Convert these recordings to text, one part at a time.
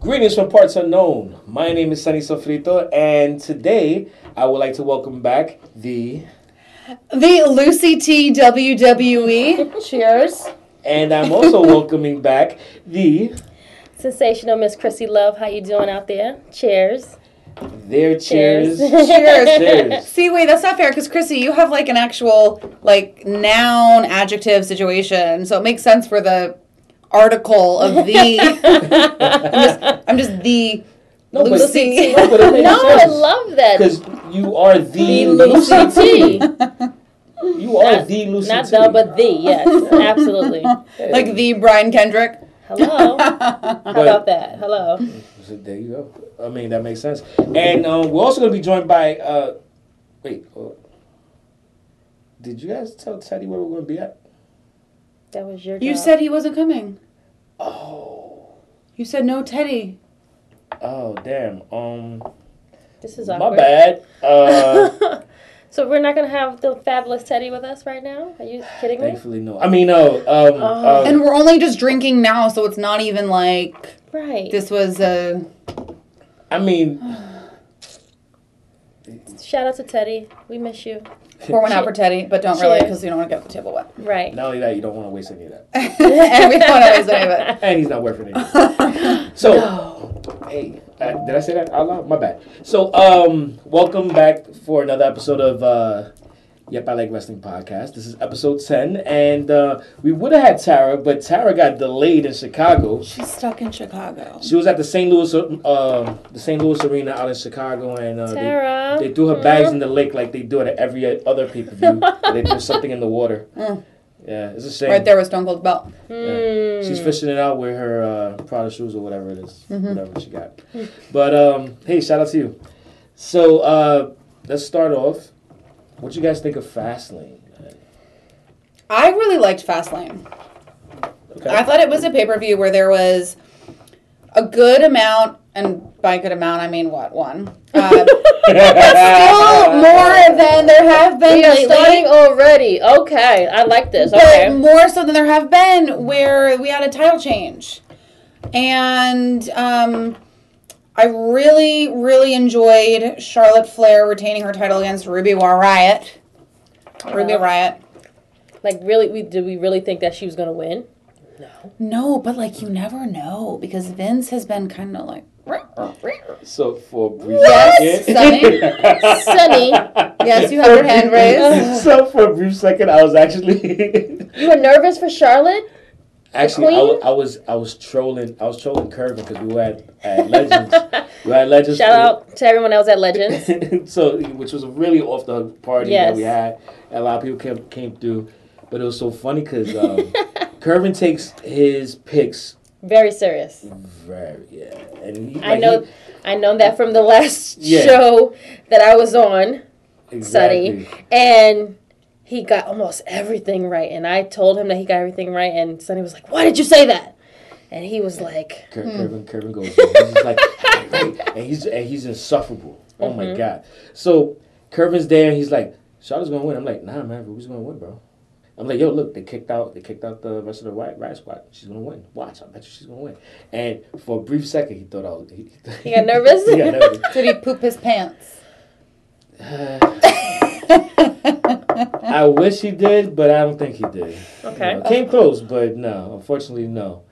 Greetings from parts unknown. My name is Sunny Sofrito, and today I would like to welcome back the The Lucy T E? WWE. Cheers. and I'm also welcoming back the Sensational Miss Chrissy Love, how you doing out there? Cheers. their cheers. Cheers. Cheers. See, wait, that's not fair because Chrissy, you have like an actual like noun adjective situation, so it makes sense for the article of the. I'm just, I'm just the No, but- Lucy. No, but it makes No, I sense. love that. Because you are the The Lucy. Lucy T. You are the Lucy. Not T. the, but the, yes. Absolutely. Hey. like the Brian Kendrick. Hello. How But- about that? Hello. So there you go. I mean, that makes sense. And um, we're also going to be joined by. Uh, wait. uh, did you guys tell Teddy where we're going to be at? That was your You job. said he wasn't coming. Oh. You said no, Teddy. Oh, damn. Um, this is my awkward. bad. Uh, so we're not gonna have the fabulous Teddy with us right now? Are you kidding me? thankfully, no. I mean, no. Um, uh, And we're only just drinking now, so it's not even like Right. this was a. I mean, Shout out to Teddy. We miss you. Pour one out for Teddy, but don't really Cheers. because you don't want to get the table wet. Right. not only that, you don't want to waste any of that. and we don't always do it. and he's not working anymore. so, hey, uh, did I say that out loud? My bad. So, um, welcome back for another episode of uh, Yep, I Like Wrestling podcast. This is episode ten, and uh, we would have had Tara, but Tara got delayed in Chicago. She's stuck in Chicago. She was at the St. Louis, uh, the St. Louis arena out in Chicago, and uh, they, Tara. they threw her bags in the lake like they do at every other pay per view. they threw something in the water. Mm. Yeah, it's a shame. Right there was Stone Cold's belt. Mm. She's fishing it out with her uh, Prada shoes or whatever it is, Mm-hmm. whatever she got. But um, hey, shout out to you. So uh, let's start off. What you guys think of Fastlane? I really liked Fastlane. Okay. I thought it was a pay per view where there was a good amount, and by good amount, I mean what one. Uh, still more than there have been We are starting lately, already. Okay. I like this. but Okay. more so than there have been where we had a title change, and um, I really, really enjoyed Charlotte Flair retaining her title against Ruby Riot. Ruby Yeah. Riot. Like really we did we really think that she was gonna win? No, but like you never know because Vince has been kind of like. so for a brief Yes, second. Sunny, Yes, you have your hand raised. so for a brief second, I was actually, you were nervous for Charlotte? actually, I, queen? wa- I was, I was trolling, I was trolling Kirby because we were at, at Legends, we were at Legends. Shout out to everyone else at Legends. so, which was a really off the hook party that we had. Yes. A lot of people came, came through, but it was so funny because um, Kervin takes his picks Very serious. very yeah, and he, I like, know I know that from the last Yeah. show that I was on, he, Sunny. exactly. And he got almost everything right. And I told him that he got everything right and Sunny was like, Why did you say that? And he was like Ker- Kervin, Kervin goes, he's just like, "Right," and he's and he's insufferable. Oh my Mm-hmm. god! So Kervin's there, and he's like, "Charlotte's gonna win." I'm like, "Nah, man, Ruby's gonna win, bro." I'm like, "Yo, look, they kicked out, they kicked out the rest of the right, right squad. She's gonna win. Watch, I bet you she's gonna win." And for a brief second, he thought I was. He, He got nervous? he got nervous. Did he poop his pants? I wish he did, but I don't think he did. Okay. You know, came close, but no. Unfortunately, no.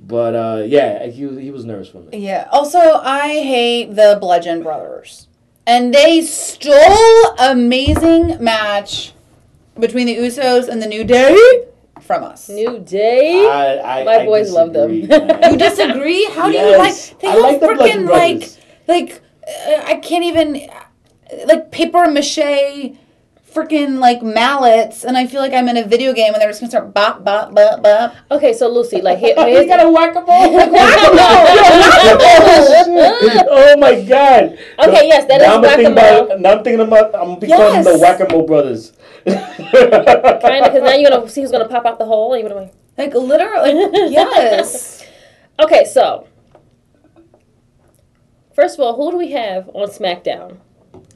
But uh, yeah, he was- he was nervous for me. Yeah. Also, I hate the Bludgeon Brothers. And they stole amazing match between the Usos and the New Day from us. New day? I, I, My I boys love disagree, them. man. You disagree? How do Yes. you like? They I all like the Bludgeon freaking like Brothers. like uh, I can't even uh, like paper mache freaking like mallets, and I feel like I'm in a video game and they're just gonna start bop bop bop bop. Okay, so Lucy, like here, He's here's got a whack a oh my god. Okay, yes, that is now I'm thinking whack-a-mole. about- Now I'm thinking about, I'm becoming the Yes. whack a mole brothers. kinda because now you're gonna see who's gonna pop out the hole and you're gonna be like, Like literally, yes. Okay, so first of all, who do we have on SmackDown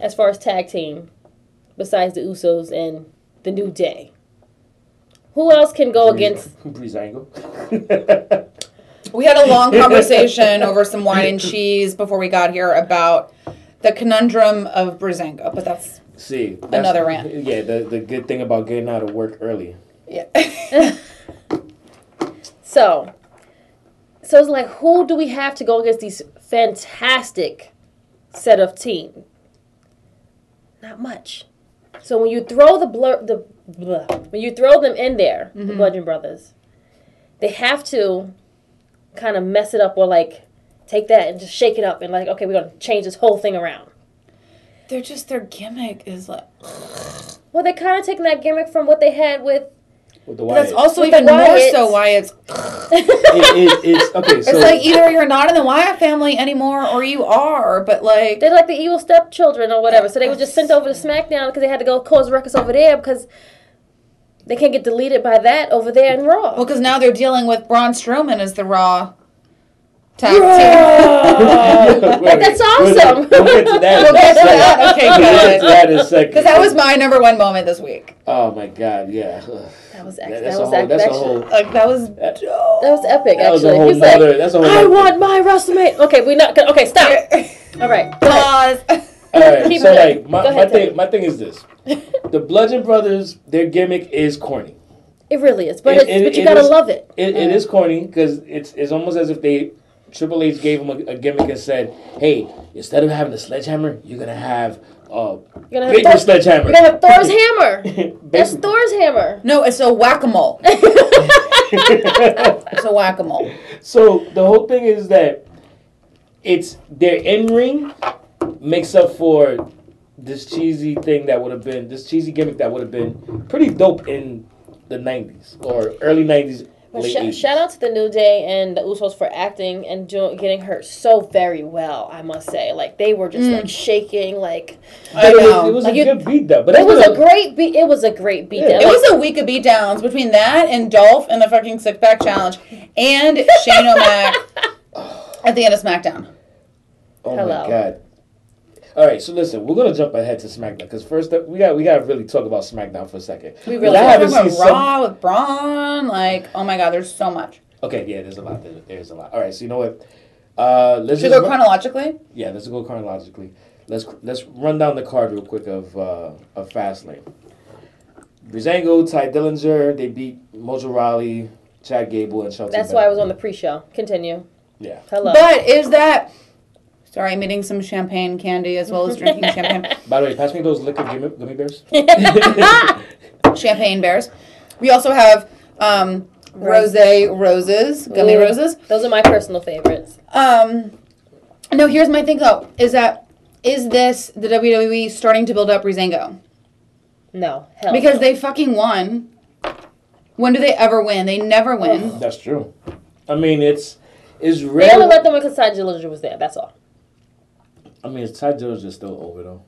as far as tag team besides the Usos and the New Day? Who else can go against? Breeze Angle. We had a long conversation over some wine and cheese before we got here about the conundrum of Brazengo, but that's See, that's- Another rant. Yeah, the, the good thing about getting out of work early. yeah. So, so it's like, who do we have to go against these fantastic set of team? Not much. So when you throw the blur, the bleh, when you throw them in there, the Bludgeon Brothers, they have to kind of mess it up or like take that and just shake it up and like, okay, we're gonna change this whole thing around. They're just their gimmick is like Well, they're kind of taking that gimmick from what they had with. With the Wyatt. that's also With even more Wyatt's- so why it's It- it- it's okay. So it's like either you're not in the Wyatt family anymore or you are, but like They're like the evil stepchildren or whatever. So they were just sent over to SmackDown because they had to go cause ruckus over there because they can't get deleted by that over there in Raw. well, because Oh, now they're dealing with Braun Strowman as the Raw tag team. Wait, that's we'll- awesome. We'll get to that. in a We'll get to second. that. Okay, We'll get to good. that in a second. Because that was my number one moment this week. Oh my god, yeah. That was That- ex- that's that a was whole. ex- That's a actually- whole. Like that was That- dope. That was epic. That was a actually, whole he's like, nother- that's a whole I nother want my WrestleMania. Okay, we're not gonna. Okay, stop. All right. Pause. All right. Keep So it. like my, Go my ahead, thing. My thing is this: the Bludgeon Brothers, their gimmick is corny. It really is, but It- it's, it- but you it gotta is- love it. It, it is corny because it's it's almost as if they Triple H gave them a, a gimmick and said, "Hey, instead of having a sledgehammer, you're gonna have a You're gonna have, bigger Thor- sledgehammer." you're gonna have Thor's hammer. That's Basically. Thor's hammer. No, it's a whack a mole. it's a whack a mole. So the whole thing is that it's their in ring makes up for this cheesy thing that would have been this cheesy gimmick that would have been pretty dope in the nineties or early nineties. Well, sh- shout out to the New Day and the Usos for acting and doing getting her so very well. I must say, like they were just Mm. like shaking. Like I it know. was, it was Like, a you- good beat though, but it that's was what a great beat. It was a great beat. Yeah. It was a week of beat downs between that and Dolph and the fucking sick back challenge and Shane O'Mac at the end of SmackDown. Oh Hello. my god. All right, so listen, we're gonna jump ahead to SmackDown because first up, we got we gotta really talk about SmackDown for a second. We Because really I do. haven't Talking seen about some, Raw with Braun, like oh my god, there's so much. Okay, yeah, there's a lot. There, there's a lot. All right, so you know what? Uh, let's Should just we go run- chronologically? Yeah, let's go chronologically. Let's let's run down the card real quick of uh, of Fastlane. Brizango, Ty Dillinger, they beat Mojo Riley, Chad Gable, and Shelton. That's why I was on the pre-show. Continue. Yeah. Hello. But is that sorry, I'm eating some champagne candy as well as drinking champagne By the way, pass me those liquor gummy, gummy bears. champagne bears. We also have um Rose roses, gummy Ooh. roses. Those are my personal favorites. Um, no, here's my thing though: is that is this the WWE starting to build up Rizango No, hell. because no. they fucking won? When do they ever win? They never win. That's true. I mean, it's it's they only rare. let them because Ty Dillinger was there. That's all. I mean, Ty Dillinger's still over though.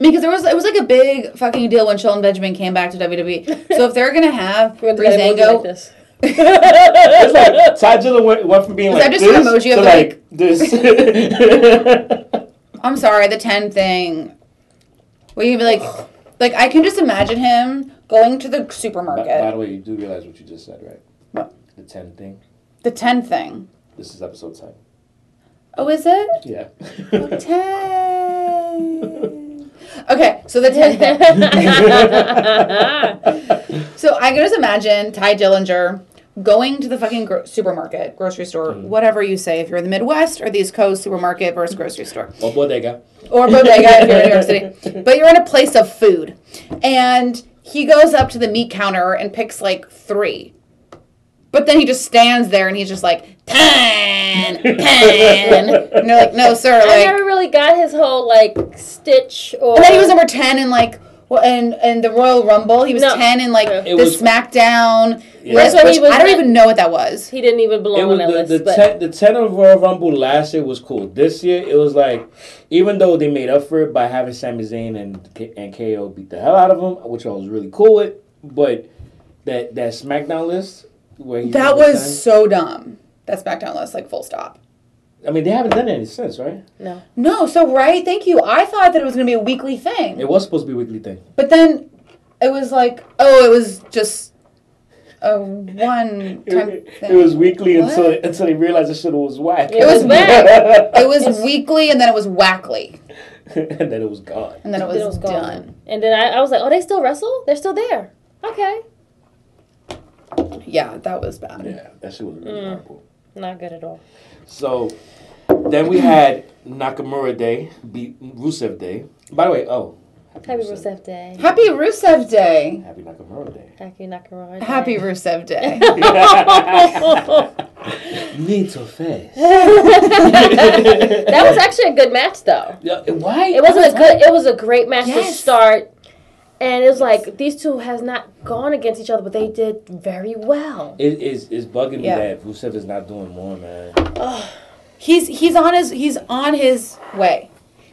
Because there was it was like a big fucking deal when Shelton Benjamin came back to WWE. so if they're gonna have We're gonna get emoji like Breezango, this. E. It's like Ty Dillinger went, went from being Is like that just this an emoji to of the like this. I'm sorry, the ten thing. Where you'd be like, like I can just imagine him going to the by, by supermarket. the way, you do realize what you just said, right? What? The ten thing. The ten thing. This is episode ten. Oh, is it? Yeah. Ten. Okay, so the ten thing. so I can just imagine Ty Dillinger going to the fucking gro- supermarket, grocery store, whatever you say, if you're in the Midwest or the East Coast, supermarket versus grocery store, Or bodega. or bodega if you're in New York City. But you're in a place of food, and he goes up to the meat counter and picks like three. But then he just stands there and he's just like ten, ten, and they're like, no, sir, I like never really got his whole like Stitch or. and then he was number ten in like well, and and the Royal Rumble. He was No. ten in like Yeah. the It was- SmackDown. Yeah. Which, That's when he which was I don't the- even know what that was. He didn't even belong It was on that the, list. the, but ten, the ten of Royal Rumble last year was cool. This year it was like, even though they made up for it by having Sami Zayn and K- and KO beat the hell out of him, which I was really cool with, but that that SmackDown list where he's That number was so dumb. That SmackDown list, like full stop. 10 I mean, they haven't done any since, right? no. No, so right, thank you. I thought that it was gonna be a weekly thing, It was supposed to be a weekly thing. but then it was like, oh, it was just a one It, time it- thing. it was weekly until What? until they realized this shit was whack. It was whack. It was weekly, and then it was wackly, and then it was gone. and then it was, Then it was gone. done. And then I, I was like, oh, they still wrestle? They're still there. Okay. Yeah, that was bad. Yeah, that shit was really horrible. Not good at all. So then we had Nakamura Day, be, Rusev Day. By the way, oh, Happy Rusev Day. Happy Rusev Day. Happy Nakamura Day. Happy Nakamura Day. Happy Rusev Day. Need to face. That was actually a good match, though. Yeah, why? It wasn't a good. It was a great match to Yes. start, and it was like these two has not gone against each other, but they did very well. It is it's bugging Yeah. me that Rusev is not doing more, man. he's he's on his he's on his way.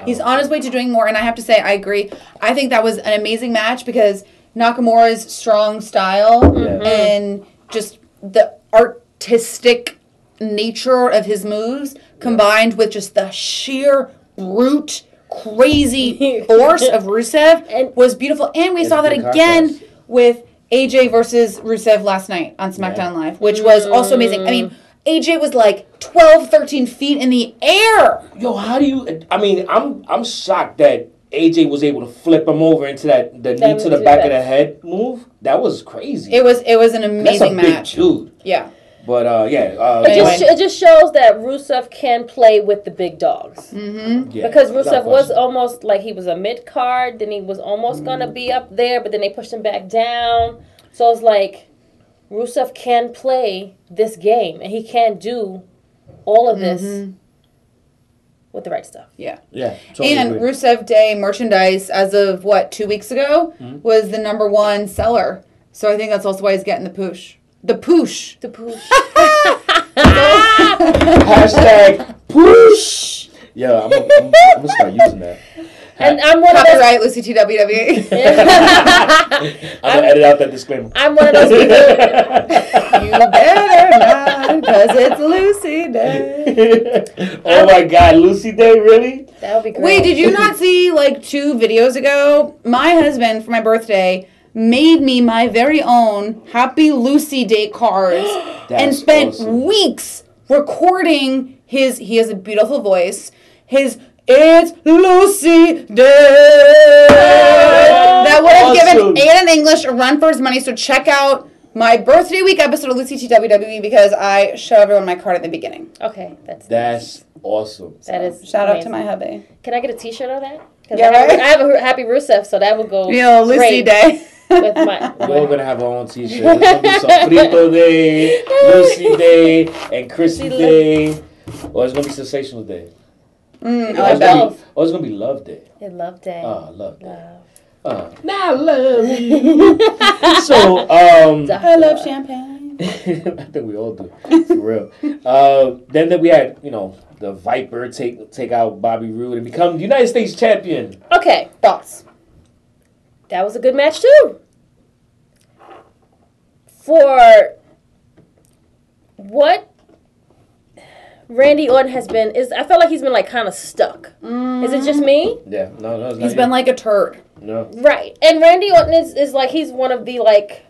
He's on his way to doing more, and I have to say, I agree. I think that was an amazing match because Nakamura's strong style and just the artistic nature of his moves combined with just the sheer brute crazy force of Rusev And- was beautiful. And we It's saw a that good again contrast. with AJ versus Rusev last night on SmackDown Live, which was also amazing. I mean, AJ was like 12, 13 feet in the air. Yo, how do you? I mean, I'm I'm shocked that AJ was able to flip him over into that the knee to the knee to back the of the back. head move. That was crazy. It was it was an That's amazing a big match. dude. Yeah. But uh, yeah, uh, It just, Anyway. it just shows that Rusev can play with the big dogs Mm-hmm. yeah, because without Rusev was question. almost like he was a mid card, then he was almost Mm. gonna be up there, but then they pushed him back down. So it's like Rusev can play this game, and he can do all of this with the right stuff. Yeah. yeah, totally And agree. Rusev Day merchandise as of what, two weeks ago, Mm-hmm. was the number one seller. So I think that's also why he's getting the push. The push. The push. hashtag push. Yeah, I'm, I'm, I'm gonna start using that. and I'm one of those Copyright Lucy T W E. W. I'm gonna edit out that disclaimer. I'm one of those people. You better not, because it's Lucy Day. oh my God, Lucy Day, really? That would be great. Wait, did you not see like two videos ago? My husband for my birthday made me my very own Happy Lucy Day cards and That's spent awesome. weeks recording his he has a beautiful voice. His it's Lucy Day. That would have Awesome. given Aiden English a run for his money. So check out my birthday week episode of Lucy TWWE E because I show everyone my card at the beginning. Okay, that's That's awesome. that is Shout out to amazing. my hubby. Can I get a T-shirt of that? 'Cause Yeah, I have, right? I have a happy Rusev, so that would go. You know, Lucy great Day. With my, We're all gonna have our own t-shirts. There's gonna be Sofrito Day, Lucy Day, and Chrissy Day. Or it's gonna be Sensational Day. Mm, I Or like it's, that. gonna be, Love. or it's gonna be Love Day. I love day. Oh, Love Day. Love. Oh. Now love so, um, Duh. I love champagne. I think we all do, for real. Uh, then, then we had, you know, the Viper take take out Bobby Roode and become United States champion. Okay, Thoughts? that was a good match too. For what Randy Orton has been is, I felt like he's been like kind of stuck. Is Mm. it Mm-hmm. just me? Yeah, no, no, it's not He's you. been like uh, a turd. no. Right. And Randy Orton is, is like he's one of the like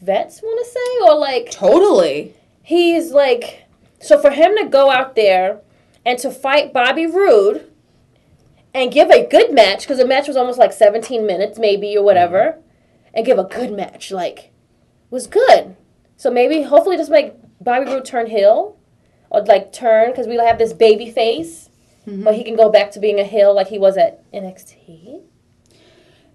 vets, want to say, or like Totally. he's like so for him to go out there and to fight Bobby Roode and give a good match because the match was almost like 17 minutes maybe or whatever and give a good match like was good so maybe hopefully just make Bobby Roode turn heel or like turn because we have this baby face but he can go back to being a heel like he was at NXT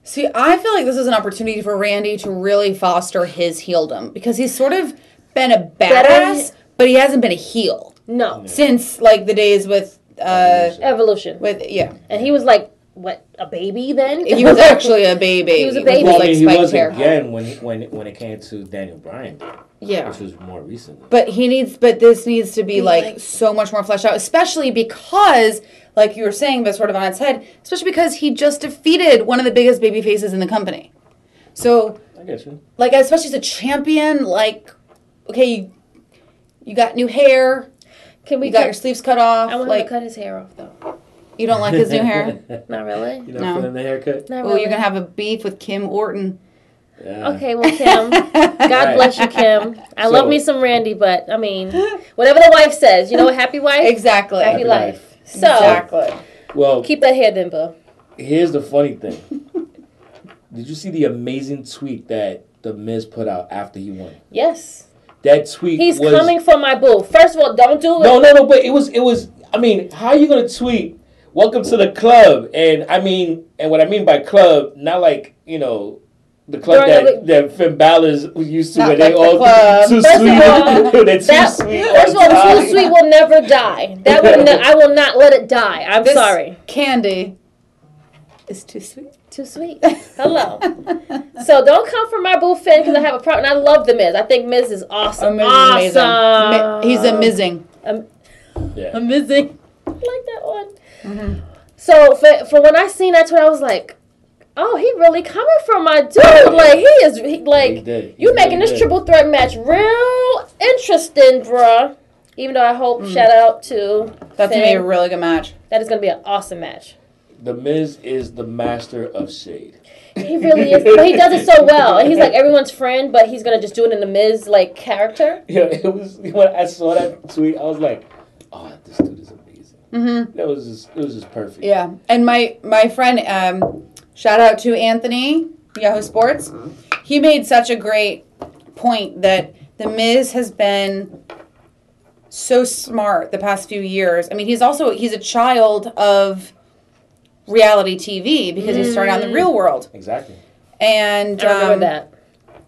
See, I feel like this is an opportunity for Randy to really foster his heeldom because he's sort of been a badass, but he hasn't been a heel no since like the days with uh evolution with yeah. and he was like what a baby then He was actually a baby. He was a baby. Well, I like mean, he spiked was hair. again when when when it came to Daniel Bryan, Yeah. which was more recent. But he needs, but this needs to be like, like- so much more fleshed out, especially because, like you were saying, but sort of on its head, especially because he just defeated one of the biggest baby faces in the company. So, I get you. like, especially as a champion, like, okay, you, you got new hair, can we you got cut, your sleeves cut off, I want him like, to cut his hair off though you don't like his new hair. not really You know, No. feeling the haircut. not Oh, really you're gonna have a beef with Kim Orton. Yeah. Okay, well, Kim, God Right. bless you, Kim. I love So- me some Randy, but I mean, whatever the wife says, you know, a happy wife, Exactly. happy Happy life. life. So Exactly. Well, keep that hair, then, Bo. here's the funny thing. Did you see the amazing tweet that the Miz put out after he won? Yes, That tweet he's was coming for my boo. First of all, don't do it. No, no, no. But it was, it was. I mean, how you gonna tweet? Welcome to the club, and I mean, and what I mean by club, not like you know, the club During that the that Finn Balor's used to, Not where like they the all club. too First of sweet. all, They're too that- sweet First of all, all the the time. sweet will never die. That will ne- I will not let it die. I'm This sorry. Candy is too sweet. Too sweet. Hello. so don't come for my boo Finn because I have a problem. And I love the Miz. I think Miz is awesome. Amazing. Awesome. Mi- He's amazing. Yeah. Amazing. like that one. Mm-hmm. So for, for when I seen that tweet, I was like, "Oh, he really coming from my dude. Like he is he, He like did. He you making really this did. triple threat match real interesting, bruh." Even though I hope shout out to Mm. That's gonna be Finn. a really good match. that is gonna be an awesome match. The Miz is the master of shade. He really is, but he does it so well. And he's like everyone's friend, but he's gonna just do it in the Miz like character. Yeah, it was when I saw that tweet, I was like, "Oh, this dude is amazing." Mm-hmm. That was just, it was just perfect. Yeah, and my my friend, um, shout out to Anthony Yahoo Sports. He made such a great point that the Miz has been so smart the past few years. I mean, he's also he's a child of reality TV because he started out in the real world. Exactly. And Mm. I remember um, that.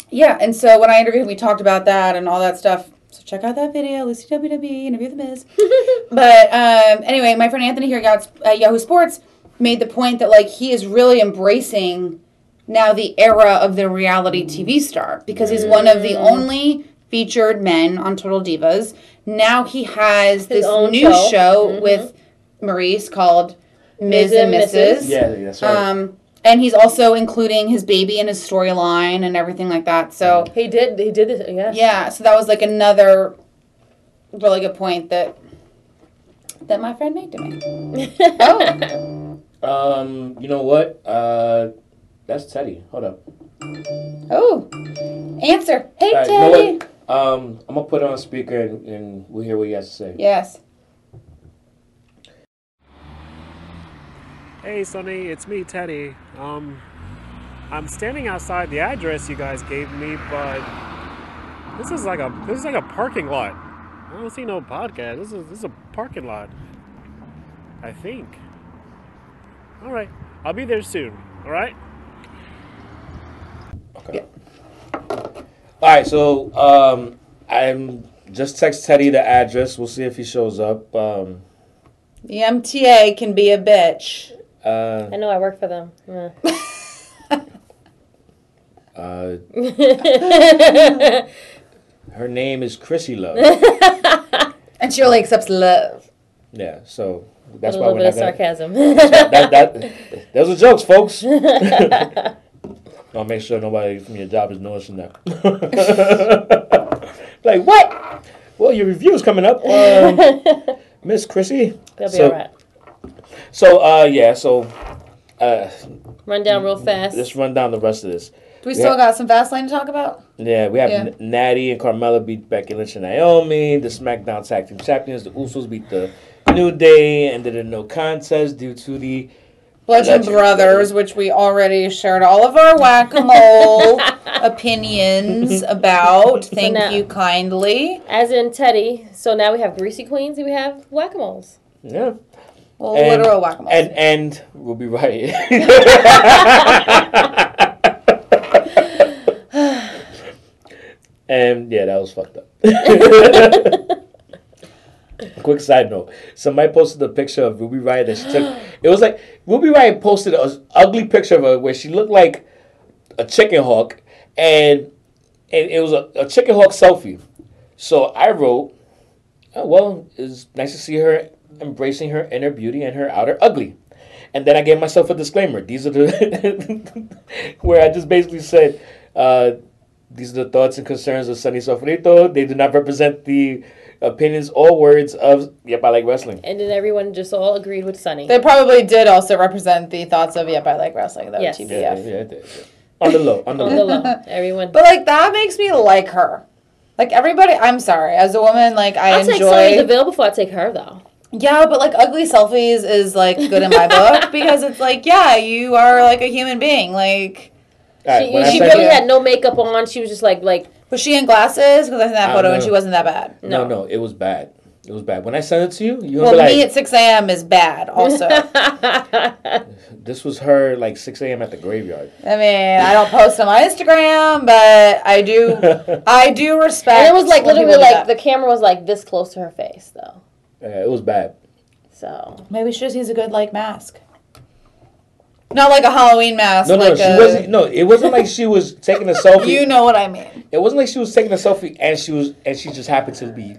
yeah, and so when I interviewed him, we talked about that and all that stuff. So check out that video, Lucy WWE, interview the Miz. but um, anyway, my friend Anthony here got at Yahoo Sports made the point that like he is really embracing now the era of the reality TV star because he's one of the Mm. only featured men on Total Divas. Now he has this own new show. show, with Maurice called Ms. Ms. and and Mrs.. Mrs. Yeah, that's right. Um, and he's also including his baby in his storyline and everything like that. So He did. He did it. Mm. Yeah. yeah, so that was like another really good point that that my friend made to me. Oh, Um, you know what? Uh, that's Teddy. Hold up. oh, answer. Hey, All right, you know Teddy. what? Um, I'm gonna put it on speaker and, and we'll hear what you guys say. Yes. Hey, Sonny, it's me, Teddy. Um, I'm standing outside the address you guys gave me, but this is like a this is like a parking lot. I don't see no podcast. This is this is a parking lot. I think. All right, I'll be there soon. All right. Okay. All right. So um, I'm just text Teddy the address. We'll see if he shows up. Um, The MTA can be a bitch. uh, I know. I work for them. Yeah. uh, her name is Chrissy Love. And she only accepts love. Yeah. So A that's why little we're bit not of gonna, sarcasm. that, that, those are jokes, folks. I'll make sure nobody from your job is noticing that. like what? Well, your review's coming up, um, Miss Chrissy. They'll be So- alright. So uh yeah, so uh Run down mm, real fast. let's run down the rest of this. Do we still Yeah. got some Vaseline to talk about? Yeah, we have Yeah. N- Natty and Carmella beat Becky Lynch and Naomi. The SmackDown Tag Team Champions, the Usos beat the New Day, ended in no contest due to the Bludgeon Bludgeon Brothers, Brothers. which we already shared all of our whack a mole opinions about. Thank now- you kindly. As in Teddy. So now we have Greasy Queens and we have Whack a Moles. yeah, Well, And- literal whack a mole. and and we'll be right. here. and yeah, that was fucked up. Quick side note: Somebody posted a picture of Ruby Riot that she took. It was like Ruby Riot posted an ugly picture of her where she looked like a chicken hawk, and and it was a, a chicken hawk selfie. So I wrote, oh, "Well, it's nice to see her embracing her inner beauty and her outer ugly." And then I gave myself a disclaimer. These are the where I just basically said. Uh, these are the thoughts and concerns of Sunny Sofrito. They do not represent the opinions or words of Yep, I Like Wrestling. And then everyone just all agreed with Sunny. They probably did also represent the thoughts of Yep, I Like Wrestling though. Yes. TBF. Yeah, yeah, yeah, yeah. on the low, on the On low. the low. Everyone. But like that makes me like her. Like everybody, I'm sorry. As a woman, like I I'll take Sonya enjoy. Deville before I take her though. yeah, but like ugly selfies is like good in my book because it's like yeah, you are like a human being. Like All right, she when I she say really that- had no makeup on. She was just like like was she in glasses? Because I sent that I photo don't and know. she wasn't that bad. no, no, it was bad. It was bad. When I sent it to you, you were Well, like, me at 6 a.m. is bad. Also, I this was her like 6 a.m. at the graveyard. mean, I don't post them on Instagram, but I do. I do respect. and it was like when literally people do like the that. camera was like this close to her face though. Uh, it was bad. So maybe she just needs a good like mask. Not like a Halloween mask. No, no, like she a, wasn't. No, it wasn't like she was taking a selfie. You know what I mean. It wasn't like she was taking a selfie and she was and she just happened to be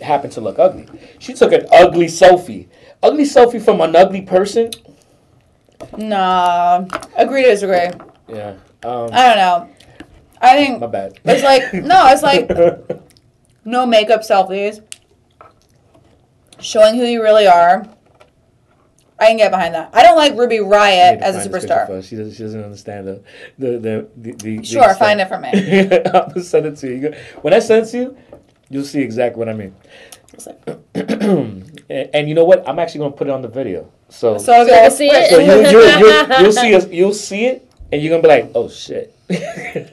happened to look ugly. She took an ugly selfie. Ugly selfie from an ugly person. Nah, agree to disagree. I don't Yeah. Um, know. I my think bad. it's like no, it's like no makeup selfies, showing who you really are. I can get behind that. I don't like Ruby I need Riot to as a find this picture for superstar. her. She doesn't. She doesn't understand the the the. the, the- the Sure, find it for me. extent. I'm gonna send it to you. you. go- When I send it to you, you'll see exactly what I mean. and, and you know what? I'm actually gonna put it on the video. So So I'll So go you see it? so you you you you'll see us. You'll see it, and you're gonna be like, oh shit. Very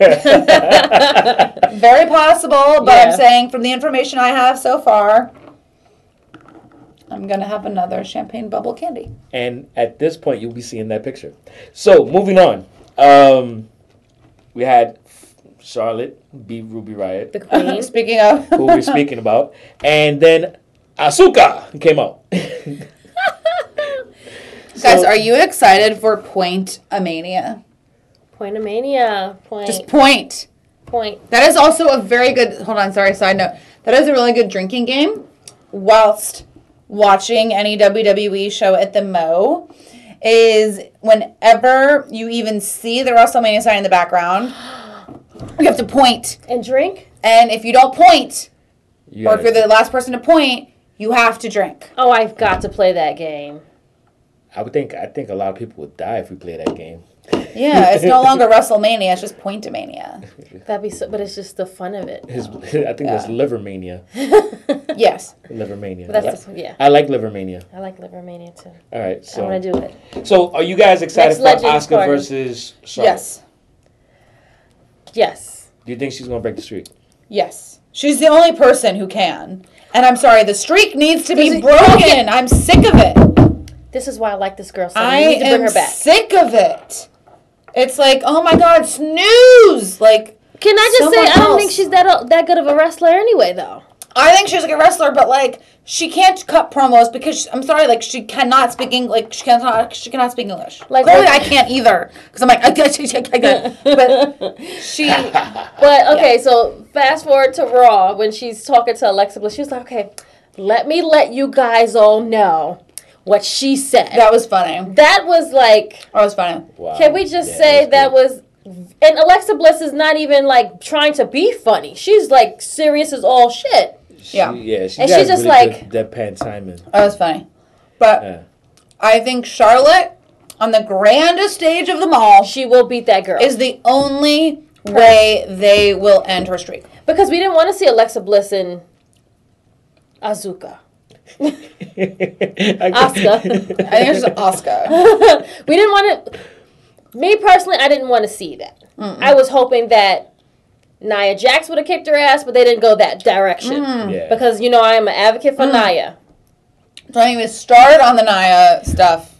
possible, but I'm Yeah. saying from the information I have so far, I'm gonna have another champagne bubble candy. And at this point, you'll be seeing that picture. So moving on, um, we had Charlotte B. Ruby Riot, the queen. Speaking of, who we're speaking about, and then Asuka came out. guys, So- are you excited for Point a Mania? Pointomania. Point. Just point. point. That is also a very good. Hold on, sorry, side note. That is a really good drinking game whilst watching any WWE show at the Mo. Is whenever you even see the WrestleMania sign in the background, you have to point. And drink. And if you don't point, You or gotta- if you're the last person to point, you have to drink. Oh, I've got to play that game. I would think I think a lot of people would die if we play that game. Yeah, it's no longer WrestleMania, it's just Pointomania. That'd be so. But it's just the fun of it. His, I think that's liver mania. Yes. Liver mania. That's the, yeah. I like liver mania. I like liver mania too. All right, I so want to do it. so are you guys excited Next for Legends Oscar party. versus Charlotte? Yes. Yes. Do you think she's gonna break the streak? Yes. She's the only person who can. And I'm sorry, the streak needs to be Does it- broken. I'm sick of it. This is why I like this girl. So I I need to am bring her back. sick of it. It's like, oh my god, snooze! Like, Can I just Someone say I don't else. think she's that uh, that good of a wrestler anyway, though. I think she's a good wrestler, but like, she can't cut promos because she- I'm sorry, like she cannot speak English. Like she cannot, she cannot speak English. Like Like- clearly, I can't either because I'm like, I got, I got, I got. But she, But okay, so fast forward to Raw when she's talking to Alexa Bliss. She was like, "Okay, let me let you guys all know what she said." that was funny. that was like That was funny. Wow. Can we just Yeah, say that's that good. was and Alexa Bliss is not even like trying to be funny. She's like serious as all shit. She- Yeah. yeah. She And got she's just really like- good deadpan timing. Uh. That was funny. But Yeah. I think Charlotte, on the grandest stage of them all, She will beat that girl. is the only way they will end her streak. because we didn't want to see Alexa Bliss and Azuka. Asuka. I think it's just Oscar. we didn't want to me personally, I didn't want to see that. I was hoping that Nia Jax would have kicked her ass, but they didn't go that direction. Mm. yeah. Because you know I am an advocate for Nia. Don't even start on the Naya stuff.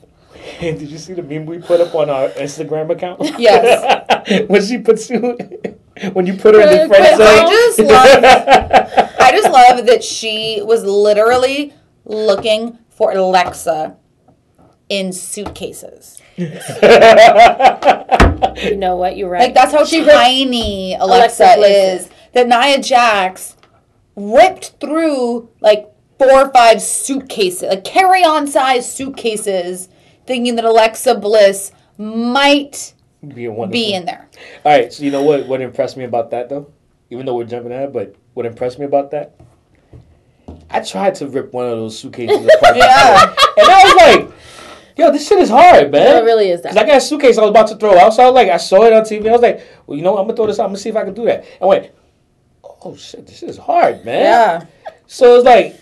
Did you see the meme we put up on our Instagram account? Yes. when she puts you, when you put her in the But friend I zone. just love I just love that she was literally looking for Alexa in suitcases. You know what? You're right. Like that's how she tiny Alexa, Alexa Bliss is. That Nia Jax ripped through like four or five suitcases, like carry-on size suitcases, thinking that Alexa Bliss might be, a wonderful- be in there. All right, so you know what? What impressed me about that though, even though we're jumping ahead, but what impressed me about that, I tried to rip one of those suitcases apart, Yeah. and I was like, yo, this shit is hard, man. No, it really is that. 'Cause I got a suitcase I was about to throw out, so I was like, I saw it on TV. I was like, well, you know, what? I'm gonna throw this out. I'm gonna see if I can do that. I went, oh shit, this shit is hard, man. Yeah. So it's like,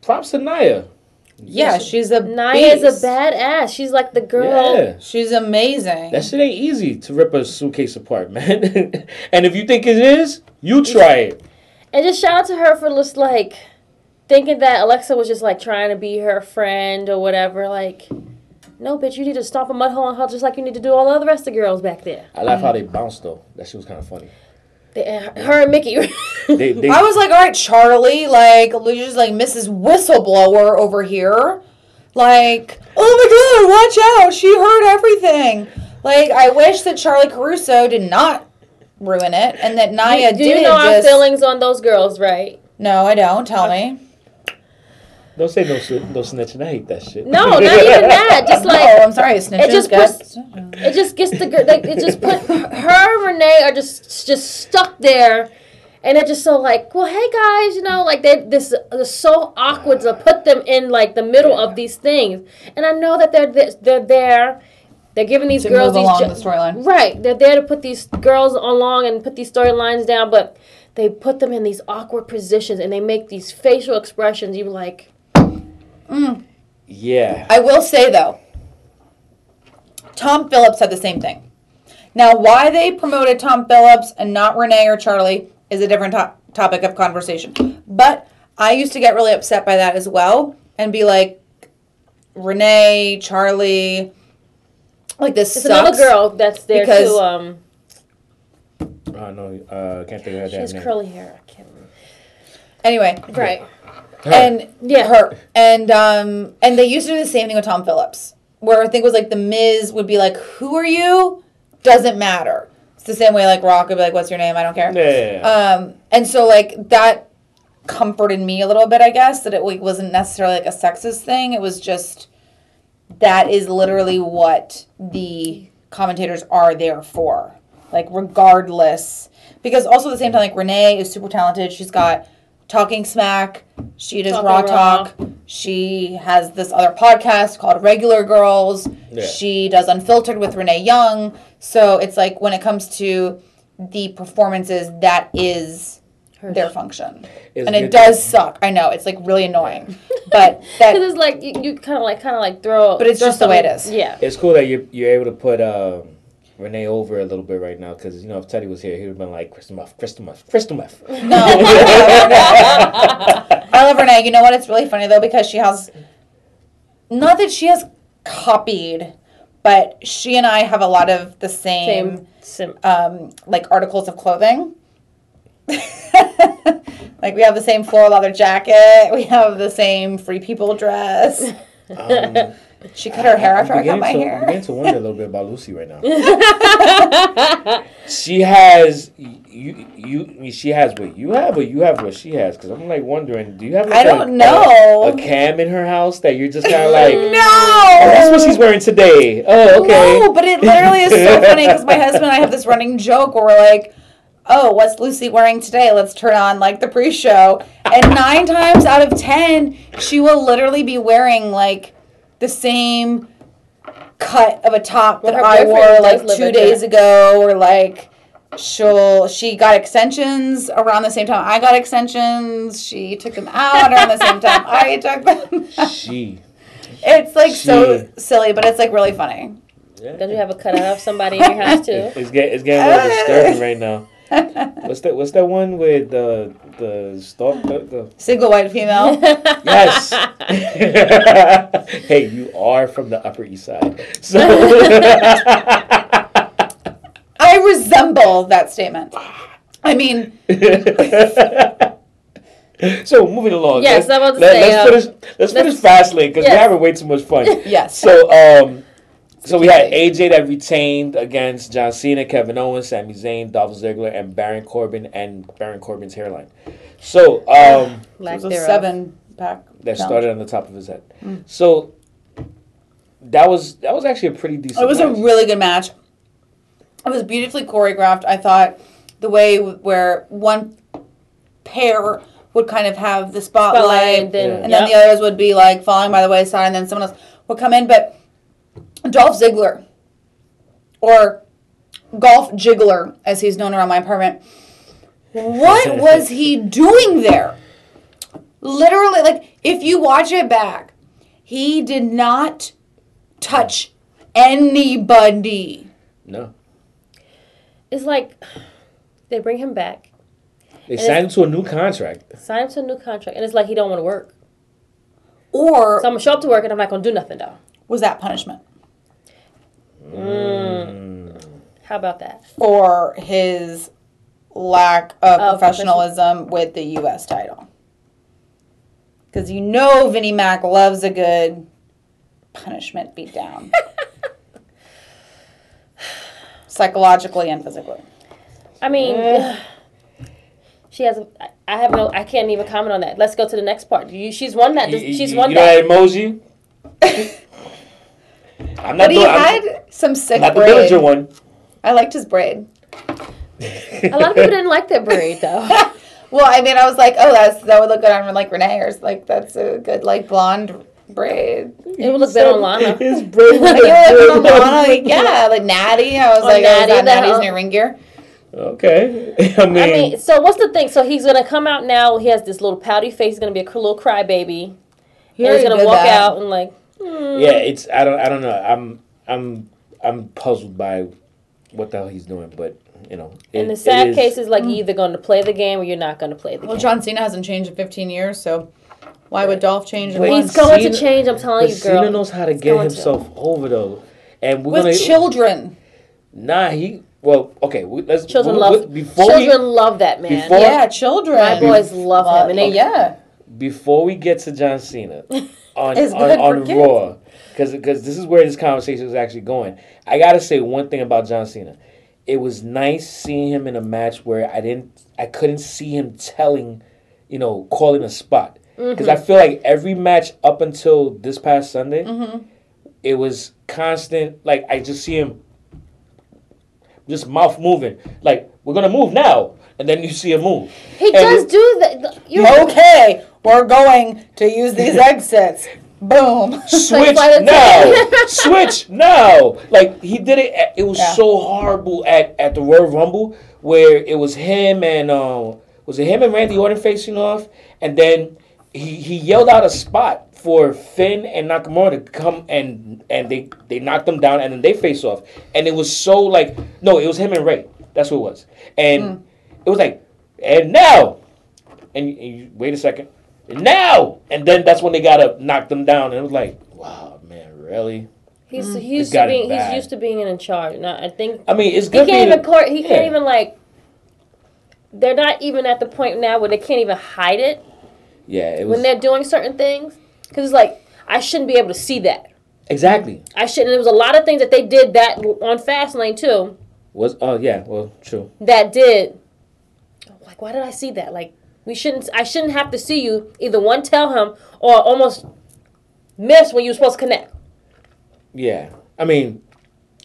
props to Naya. Yeah, she's a Naya's beast. a badass. She's like the girl. Yeah. She's amazing. That shit ain't easy to rip a suitcase apart, man. and if you think it is, you try it. And just shout out to her for just like thinking that Alexa was just like trying to be her friend or whatever. Like, no, bitch, you need to stomp a mud hole on her just like you need to do all the other rest of the girls back there. I laugh Mm. how they bounced though. That shit was kind of funny. They- and Her and Mickey. They, they, I was like, all right, Charlie, like, Lucia's like Mrs. Whistleblower over here. Like, oh my God, watch out. She heard everything. Like, I wish that Charlie Caruso did not ruin it and that Naya do did you know our just- feelings on those girls, right? No, I don't. Uh, Tell me. don't say no, sn- no snitching. I hate that shit. No, not even that. Just like oh, I'm sorry. Snitches, just guys. puts- it just gets the girl. Like, it just put her and Renee are just just stuck there, and they're just so like, well, hey guys, you know, like they this is so awkward to put them in like the middle of these things. And I know that they're th- they're there. They're giving these to girls move these along jo- the storyline. right. They're there to put these girls along and put these storylines down, but they put them in these awkward positions and they make these facial expressions. You like. Yeah. I will say though, Tom Phillips said the same thing. Now, why they promoted Tom Phillips and not Renee or Charlie is a different to- topic of conversation. But I used to get really upset by that as well and be like, Renee, Charlie, like this It's sucks. another girl that's there because- too. Um, I know. Uh, can't think of she that has name. curly hair. I can't remember. Anyway, Right. and Yeah. her and um and they used to do the same thing with Tom Phillips, where I think it was like the Miz would be like, "Who are you? Doesn't matter." It's the same way like Rock would be like, "What's your name? I don't care." Yeah, yeah, yeah. Um, and so like that comforted me a little bit, I guess, that it like, wasn't necessarily like a sexist thing. It was just that is literally what the commentators are there for. Like regardless, because also at the same time, like Renee is super talented. She's got talking smack. She does Talking raw Raw. talk. She has this other podcast called Regular Girls. Yeah. She does Unfiltered with Renee Young. So it's like when it comes to the performances, that is their function. It's and it good does suck. I know. It's like really annoying. But Because that it's like you, you kind of like kind of like throw. But it's throw just the way it something- is. Yeah. It's cool that you're, you're able to put um, Renee over a little bit right now because, you know, if Teddy was here, he would have been like, Crystal Muff, Crystal Muff, Crystal Muff. no. I love Renee. You know what? It's really funny though because she has not that she has copied, but she and I have a lot of the same. Same. Sim. um, like articles of clothing. like we have the same floral leather jacket. We have the same free people dress. Um, She cut her hair after I cut beginning my to, hair. I'm beginning to wonder a little bit about Lucy right now. she has you you. I mean, she has what you have, or you have what she has. Because I'm like wondering, do you have? Like, uh, I don't a- know. A, cam in her house that you're just kind of like. no. "Oh, that's what she's wearing today. Oh, okay. No, but it literally is so funny because my husband and I have this running joke where we're like, "Oh, what's Lucy wearing today? Let's turn on like the pre-show." And nine times out of ten, she will literally be wearing like the same cut of a top Well, that her I boyfriend wore does like live two in there. days ago, or like she'll she got extensions around the same time I got extensions. She took them out around the same time I took them. she. it's like She- so silly, but it's like really funny. Don't you have a cutout of somebody in your house too? It- It's getting it's getting a little disturbing right now. What's that? What's that one with the the stalk? The, the, Single white female. Yes. hey, you are from the Upper East Side. So I resemble that statement. I mean, So moving along. Yes, let's, I was about to let, say, let's um, finish let's, finish fast lane because yes. we're having way too much fun. Yes. So um so we had AJ that retained against John Cena, Kevin Owens, Sami Zayn, Dolph Ziggler, and Baron Corbin and Baron Corbin's hairline. So um Lack there's a thereof. seven pack. that challenge. started on the top of his head. Mm. So that was that was actually a pretty Oh, decent. It was a match. really good match. It was beautifully choreographed. I thought the way w- where one pair would kind of have the spotlight, Spotlight, and then- and then yep. the others would be like falling by the wayside, and then someone else. where would come in, but Dolph Ziggler or Golf Jiggler, as he's known around my apartment. What was he doing there? Literally, like if you watch it back, he did not touch anybody. No. It's like they bring him back, They signed him to a new contract. sign him to a new contract, and it's like he don't want to work. Or So I'm gonna show up to work and I'm not gonna do nothing though. was that punishment How about that? for his lack of Of professionalism with the U.S. title? Because you know Vinnie Mac loves a good punishment beatdown. Psychologically and physically. I mean, she has. A, I- I have no. I can't even comment on that. Let's go to the next part. You, she's won that. You- She's you- won you that. know that emoji? I'm not But he doing I'm- had some sick not the braid. villager one. I liked his braid. A lot of people didn't like that braid though. Well, I mean, I was like, oh, that's that would look good on like Renee or like that's a good like blonde braid. It would look better on Lana. His brain was Like, yeah, good. like, Lana, like, yeah, like Natty. I was Oh, like, Natty, oh, is that that- Natty's new ring gear? Okay. I mean, so what's the thing? So he's gonna come out now. He has this little pouty face. He's gonna be a cr- little crybaby. And he's already gonna did walk that. out and like mm. yeah it's i don't i don't know i'm i'm i'm puzzled by what the hell he's doing but you know in the sad is- Mm. case is like you're either gonna play the game or you're not gonna play the Well, game. John Cena hasn't changed in 15 years, so why would Dolph change? in Wait, one He's going Cena- to change. I'm telling but you, Cena girl. knows how to get going to. himself over though and we're with gonna children? nah he well okay we, let's Children we- love. we- before children love that man. before- Well, yeah, children. My boys love him, and they yeah. we before we get to john cena on It's on, good on for raw because this is where this conversation is actually going i gotta say one thing about john cena it was nice seeing him in a match where i didn't i couldn't see him telling you know, calling a spot. Because I feel like every match up until this past Sunday, it was constant. Like I just see him, just mouth moving. Like we're gonna move now, and then you see him move. He And does it- do that. You're Okay, we're going to use these exits. Boom. Switch why does- now, switch now. Like he did it. at- It was Yeah. so horrible at at the Royal Rumble where it was him and uh, was it him and Randy Orton facing off, and then he he yelled out a spot for Finn and Nakamura to come and and they they knocked them down and then they face off, and it was so like no, it was him and Ray. That's what it was, and Hmm. it was like and now and you, and you wait a second and now and then that's when they gotta knock them down and it was like wow man really Mm-hmm. He's he's used got to it being he's bad. used to being in charge. Now I think i mean it's he good can't for you even to- court. He can't yeah. even like. They're not even at the point now where they can't even hide it. yeah it was when they're doing certain things because it's like i shouldn't be able to see that exactly i shouldn't there was a lot of things that they did that on fastlane too was oh yeah well true that did like why did i see that like we shouldn't i shouldn't have to see you either one tell him or almost miss when you were supposed to connect yeah i mean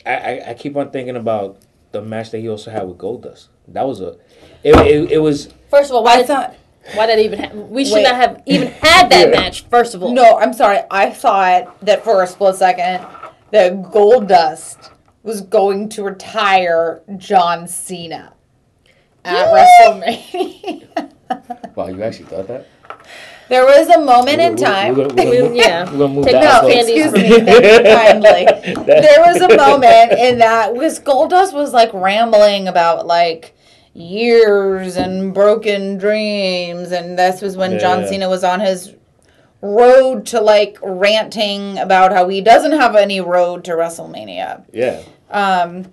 i i, I keep on thinking about the match that he also had with goldust that was a it, it, it was first of all why I did thought. why did it even ha- we should Wait. not have even had that match first of all No, I'm sorry. I thought that for a split second that Goldust was going to retire John Cena at WrestleMania. wow you actually thought that there was a moment in We're- time. we're, gonna- we're gonna move- yeah we're gonna move Take that up. out No, Candy. excuse me. Thank you kindly. There was a moment in that was Goldust was like rambling about like years and broken dreams, and this was when John Yeah. Cena was on his road to like ranting about how he doesn't have any road to WrestleMania. yeah Um,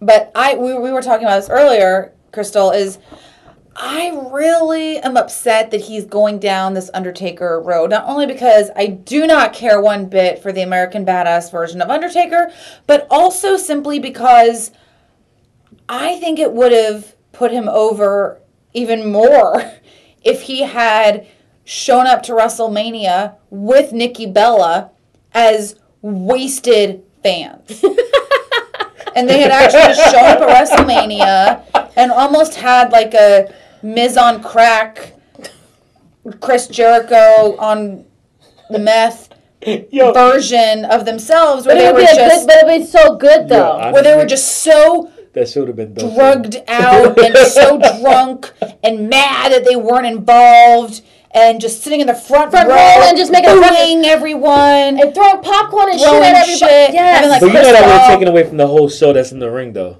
but I we, we were talking about this earlier, Crystal, is I really am upset that he's going down this Undertaker road. Not only because I do not care one bit for the American Badass version of Undertaker, but also simply because I think it would have put him over even more if he had shown up to WrestleMania with Nikki Bella as wasted fans. and they had actually just shown up at WrestleMania and almost had like a Miz on crack, Chris Jericho on meth Yo, version of themselves where But they it were would be a just good. But it would be so good though. I- where they were just so that should have been dope. drugged out and so drunk and mad that they weren't involved and just sitting in the front, Front row row and just making a fucking- booing everyone. and throwing popcorn and shit Throwing at everybody. shit. Yes. Having, like, But you know that would have Crystal. taken away from the whole show that's in the ring, though.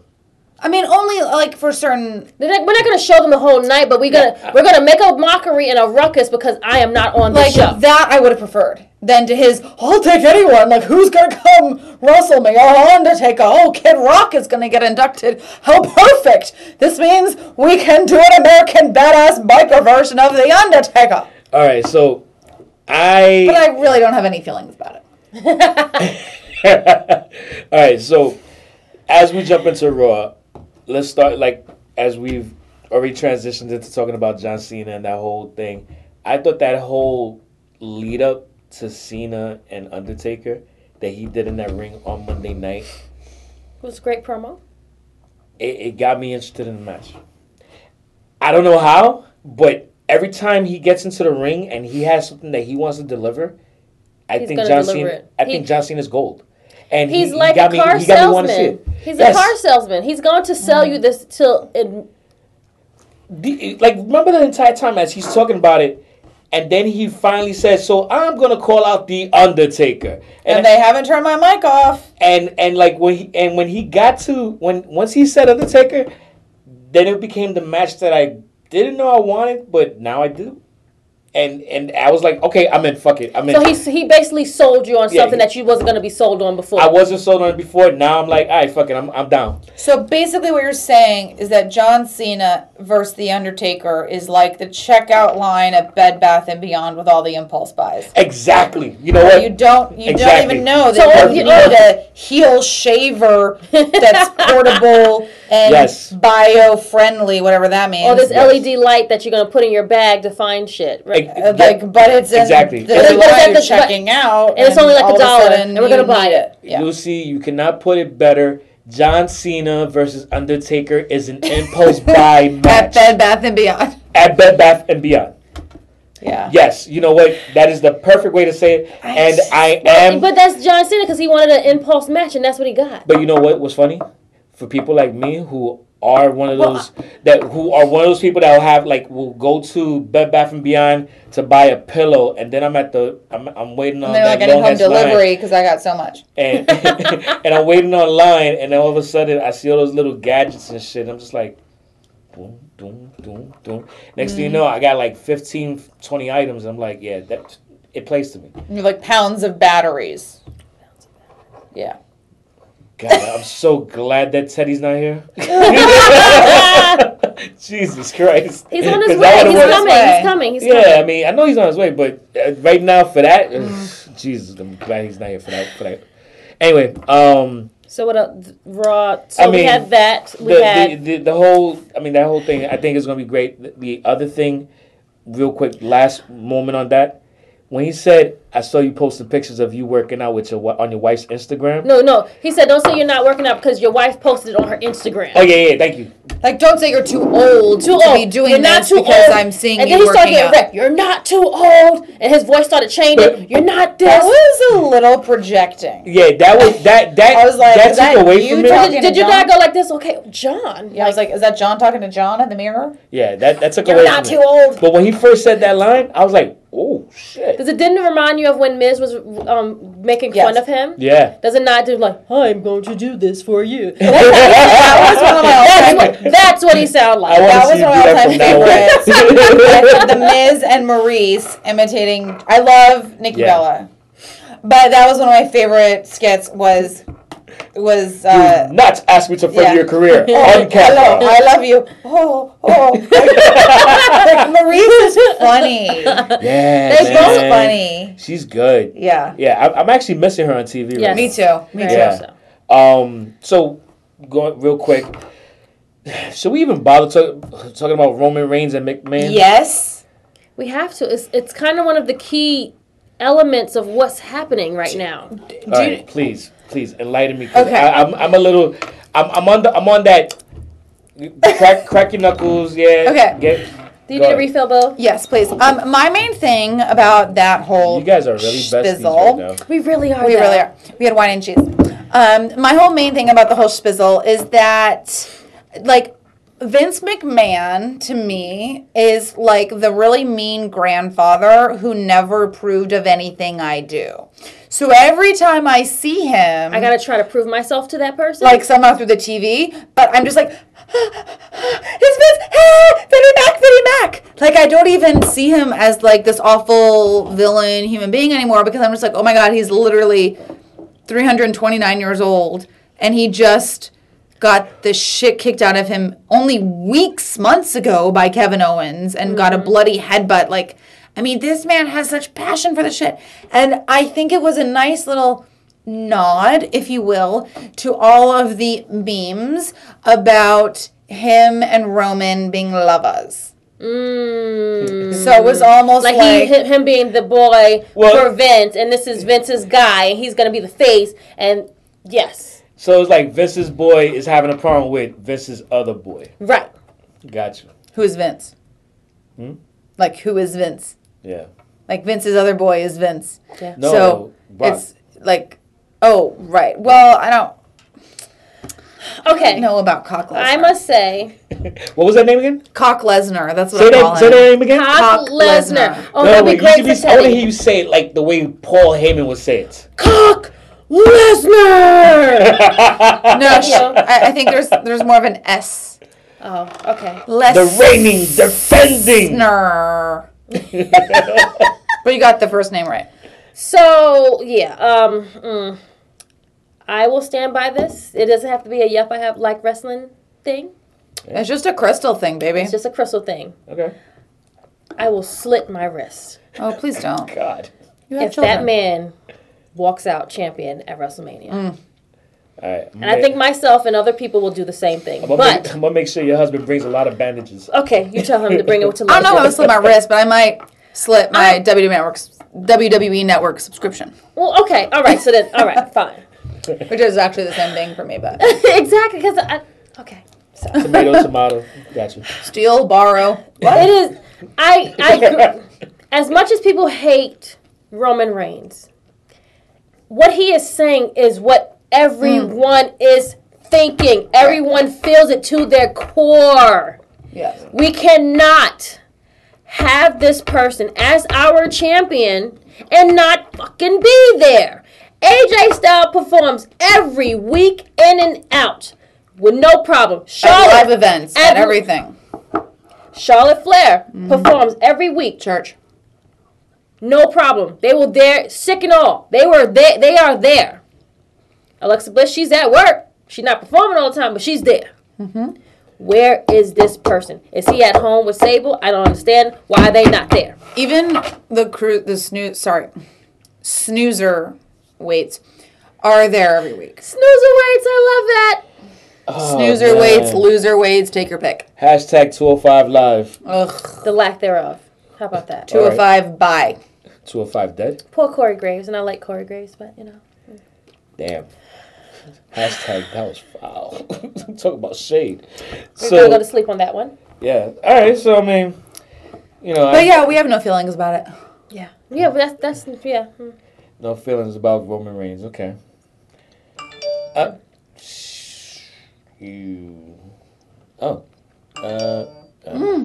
I mean, only like for certain. They're not- we're not gonna show them the whole night, but we're gonna we're gonna make a mockery and a ruckus because I am not on the Like show. that, I would have preferred than to his. I'll take anyone. Like who's gonna come wrestle me? Oh, Undertaker. Oh, Kid Rock is gonna get inducted. How perfect! This means we can do an American badass biker version of the Undertaker. All right, so But I really don't have any feelings about it. All right, so as we jump into Raw, let's start like as we've already transitioned into talking about John Cena and that whole thing. I thought that whole lead up to Cena and Undertaker that he did in that ring on Monday night, It was a great promo. it, it got me interested in the match. I don't know how, but every time he gets into the ring and he has something that he wants to deliver, I He's think gonna John deliver Cena. it. I He- think John Cena's gold. And he- He's he, like got a car me, he got me wanting to see salesman. it. He's Yes. a car salesman. He's going to sell you this till it, the, like remember the entire time as he's talking about it and then he finally says so i'm gonna call out the undertaker And and they haven't turned my mic off. and, and like when he and when he got to when once he said undertaker then it became the match that i didn't know i wanted but now i do and and i was like okay i'm in fuck it i'm in So he he basically sold you on Yeah, something he- that you wasn't gonna be sold on before. i wasn't sold on it before now i'm like all right fuck it i'm, I'm down So basically, what you're saying is that John Cena versus The Undertaker is like the checkout line at Bed Bath and Beyond with all the impulse buys. exactly you know what You don't, you Exactly. don't even know So that if you you- need a heel shaver that's portable and Yes. bio-friendly, whatever that means. or this Yes. LED light that you're gonna put in your bag to find shit. Right. Like, Uh, like, but it's in Exactly. The But it's line like you're the- checking out, and it's only like a all of dollar, sudden and we're gonna you buy need it. Yeah. Lucy, you cannot put it better. John Cena versus Undertaker is an impulse buy At match Bed Bath and Beyond. at Bed Bath and Beyond. Yeah. Yes, you know what? That is the perfect way to say it, and I am. But that's John Cena because he wanted an impulse match and that's what he got. But you know what was funny? For people like me who are one of those that who are one of those people that will have like will go to Bed Bath and Beyond to buy a pillow, and then I'm at the I'm, I'm waiting on And they're that like, I need home long-ass line. delivery because I got so much. and and I'm waiting online, and then all of a sudden I see all those little gadgets and shit. And I'm just like, boom, boom, boom, boom. Next thing you Mm. know, I got like 15, 20 items. I'm like, yeah, that it plays to me. And you're like pounds of batteries. Yeah. God, I'm so glad that Teddy's not here. Jesus Christ, He's on 'Cause his I way. would've He's wanted- his coming. way. He's coming. He's coming. Yeah, I mean, I know he's on his way, but uh, right now for that, Mm. ugh, Jesus, I'm glad he's not here for that. For that. Anyway, um. So what else? Raw. So I we mean, had that. We the, had the, the, the whole I mean that whole thing I think is gonna be great. The, the other thing, real quick, last moment on that, when he said, "I saw you posting pictures of you working out with your wi- on your wife's Instagram." no, no. He said, "Don't say you're not working out because your wife posted it on her Instagram." Oh yeah, yeah. Thank you. Like, don't say you're too old Too to old. be doing you're this not too because old. I'm seeing And you then he started working getting out. ripped. You're not too old. And his voice started changing. But- You're not That this. was a little projecting. Yeah, that was that that I was like, that is took that away you from it. talking? Did, did your John? dad go like this? Okay, John. Yeah, I was like, is that John talking to John in the mirror? Yeah, that that took You're away. not from too it. old. But when he first said that line, I was like, "Oh shit." Does it didn't remind you of when Miz was um, making Yes. fun of him? Yeah. Does it not do like I'm going to do this for you? That was one of that's, my all-time. what, that's what he sounded I like. want That to was see you one do of my that from all-time now With on. the Miz and Maurice imitating. I love Nikki Yeah. Bella, but that was one of my favorite skits. Was was uh, Do Not ask me to further yeah. your career Oh, on camera. Hello, I love you. Oh, oh. like, Maurice is funny. Yeah, They're both man. funny. She's good. Yeah. Yeah, I'm, I'm actually missing her on TV. Right Yes. Me too. Me too. Yeah. Yeah. Um. So, going real quick, should we even bother talk, talking about Roman Reigns and McMahon? Yes. We have to. It's it's kind of one of the key elements of what's happening right now. All right, please, please enlighten me. 'cause Okay. I, I'm, I'm a little. I'm, I'm on the. I'm on that. Crack, crack your knuckles. Yeah. Okay. Get, Do you Go need a ahead. refill, Bo? Yes, please. Um, my main thing about that whole You guys are really besties spizzle. right now. We really are. We that. really are. We had wine and cheese. Um, my whole main thing about the whole spizzle is that, like, Vince McMahon to me is like the really mean grandfather who never approved of anything I do. So every time I see him, I gotta try to prove myself to that person. like somehow through the TV, but I'm just like, his Vince, ah, Vinny Mac, Vinny Mac. Like I don't even see him as like this awful villain human being anymore because I'm just like, oh my god, he's literally 329 years old and he just got the shit kicked out of him only weeks, months ago by Kevin Owens and got a Mm-hmm. bloody headbutt. Like, I mean, this man has such passion for the shit. And I think it was a nice little nod, if you will, to all of the memes about him and Roman being lovers. So it was almost Mm. like, like, he, him, him being the boy Well- for Vince, and this is Vince's guy, and he's gonna be the face. And yes, So it's like Vince's boy is having a problem with Vince's other boy. right. Gotcha. who is Vince? Like, who is Vince? Yeah. Like, Vince's other boy is Vince. Yeah. No, so Brock. it's like, oh, right. Well, I don't Okay, know about Cock Lesnar. I must say, What was that name again? Cock Lesnar. That's what Say I that, call say him. that name again. Brock Brock Lesnar. Lesnar. Oh, that'd be you great should for I want to hear Teddy. you say it like the way Paul Heyman would say it. Cock Lesnar. No, sh- I, I think there's there's more of an S. oh, okay. The Lesnar. reigning, defending. but you got the first name right. So yeah, um, mm, I will stand by this. It doesn't have to be a yep, I have like wrestling thing. It's just a crystal thing, baby. It's just a crystal thing. Okay. I will slit my wrist Oh, please don't. God. You have if children. that man walks out champion at WrestleMania. All right. And I think myself and other people will do the same thing. I'm gonna, make, But I'm gonna make sure your husband brings a lot of bandages. okay, you tell him to bring it to I life. don't know if I would slit my wrist, but I might slit my WWE network's WWE network subscription, Well, okay, all right. So then, all right, fine. which is actually the same thing for me. But exactly, because I okay. So Tomato, tomato. Gotcha. steal, borrow. it is. I I gr- as much as people hate Roman Reigns, what he is saying is what everyone Hmm. is thinking. Everyone feels it to their core. Yes. We cannot have this person as our champion and not fucking be there. AJ Styles performs every week in and out with no problem. At live Charlotte, events and Every- everything. Charlotte Flair Mm-hmm. performs every week. Church. No problem. They were there, sick and all. They were there. They are there. Alexa Bliss, she's at work. She's not performing all the time, but she's there. Where is this person? Is he at home with Sable? I don't understand why they not there. even the crew the snooze sorry snoozer weights are there every week Snoozer weights, I love that. Oh, snoozer man. weights loser weights take your pick Hashtag 205 live. ugh The lack thereof. How about that? 205 bye 205 dead. Poor Corey Graves, and I like Corey Graves, but you know. Damn. Hashtag that was foul. Talk about shade. We're gonna go So to sleep on that one. yeah. All right. So I mean, you know, I but yeah we have no feelings about it Yeah. Yeah, but that's that's yeah. mm. no feelings about Roman Reigns. Okay. Uh, you. Oh. Uh. uh, Hmm.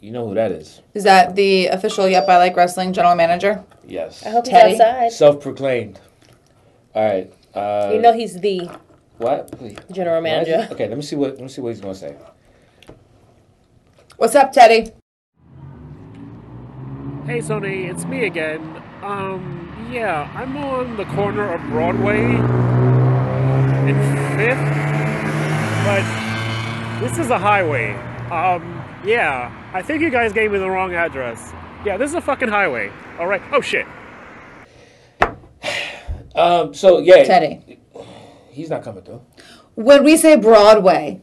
You know who that is? is that the official yep i like wrestling general manager Yes. I hope Teddy. he's outside. Self-proclaimed. All right. Uh, You know he's the what? general manager. Okay. Let me see what. Let me see what he's gonna say. what's up teddy Hey Sony, it's me again. Um, yeah, I'm on the corner of Broadway and Fifth, but this is a highway. Um, yeah, I think you guys gave me the wrong address. Yeah, this is a fucking highway. All right. Oh shit. Um. So yeah. teddy He's not coming though. when we say broadway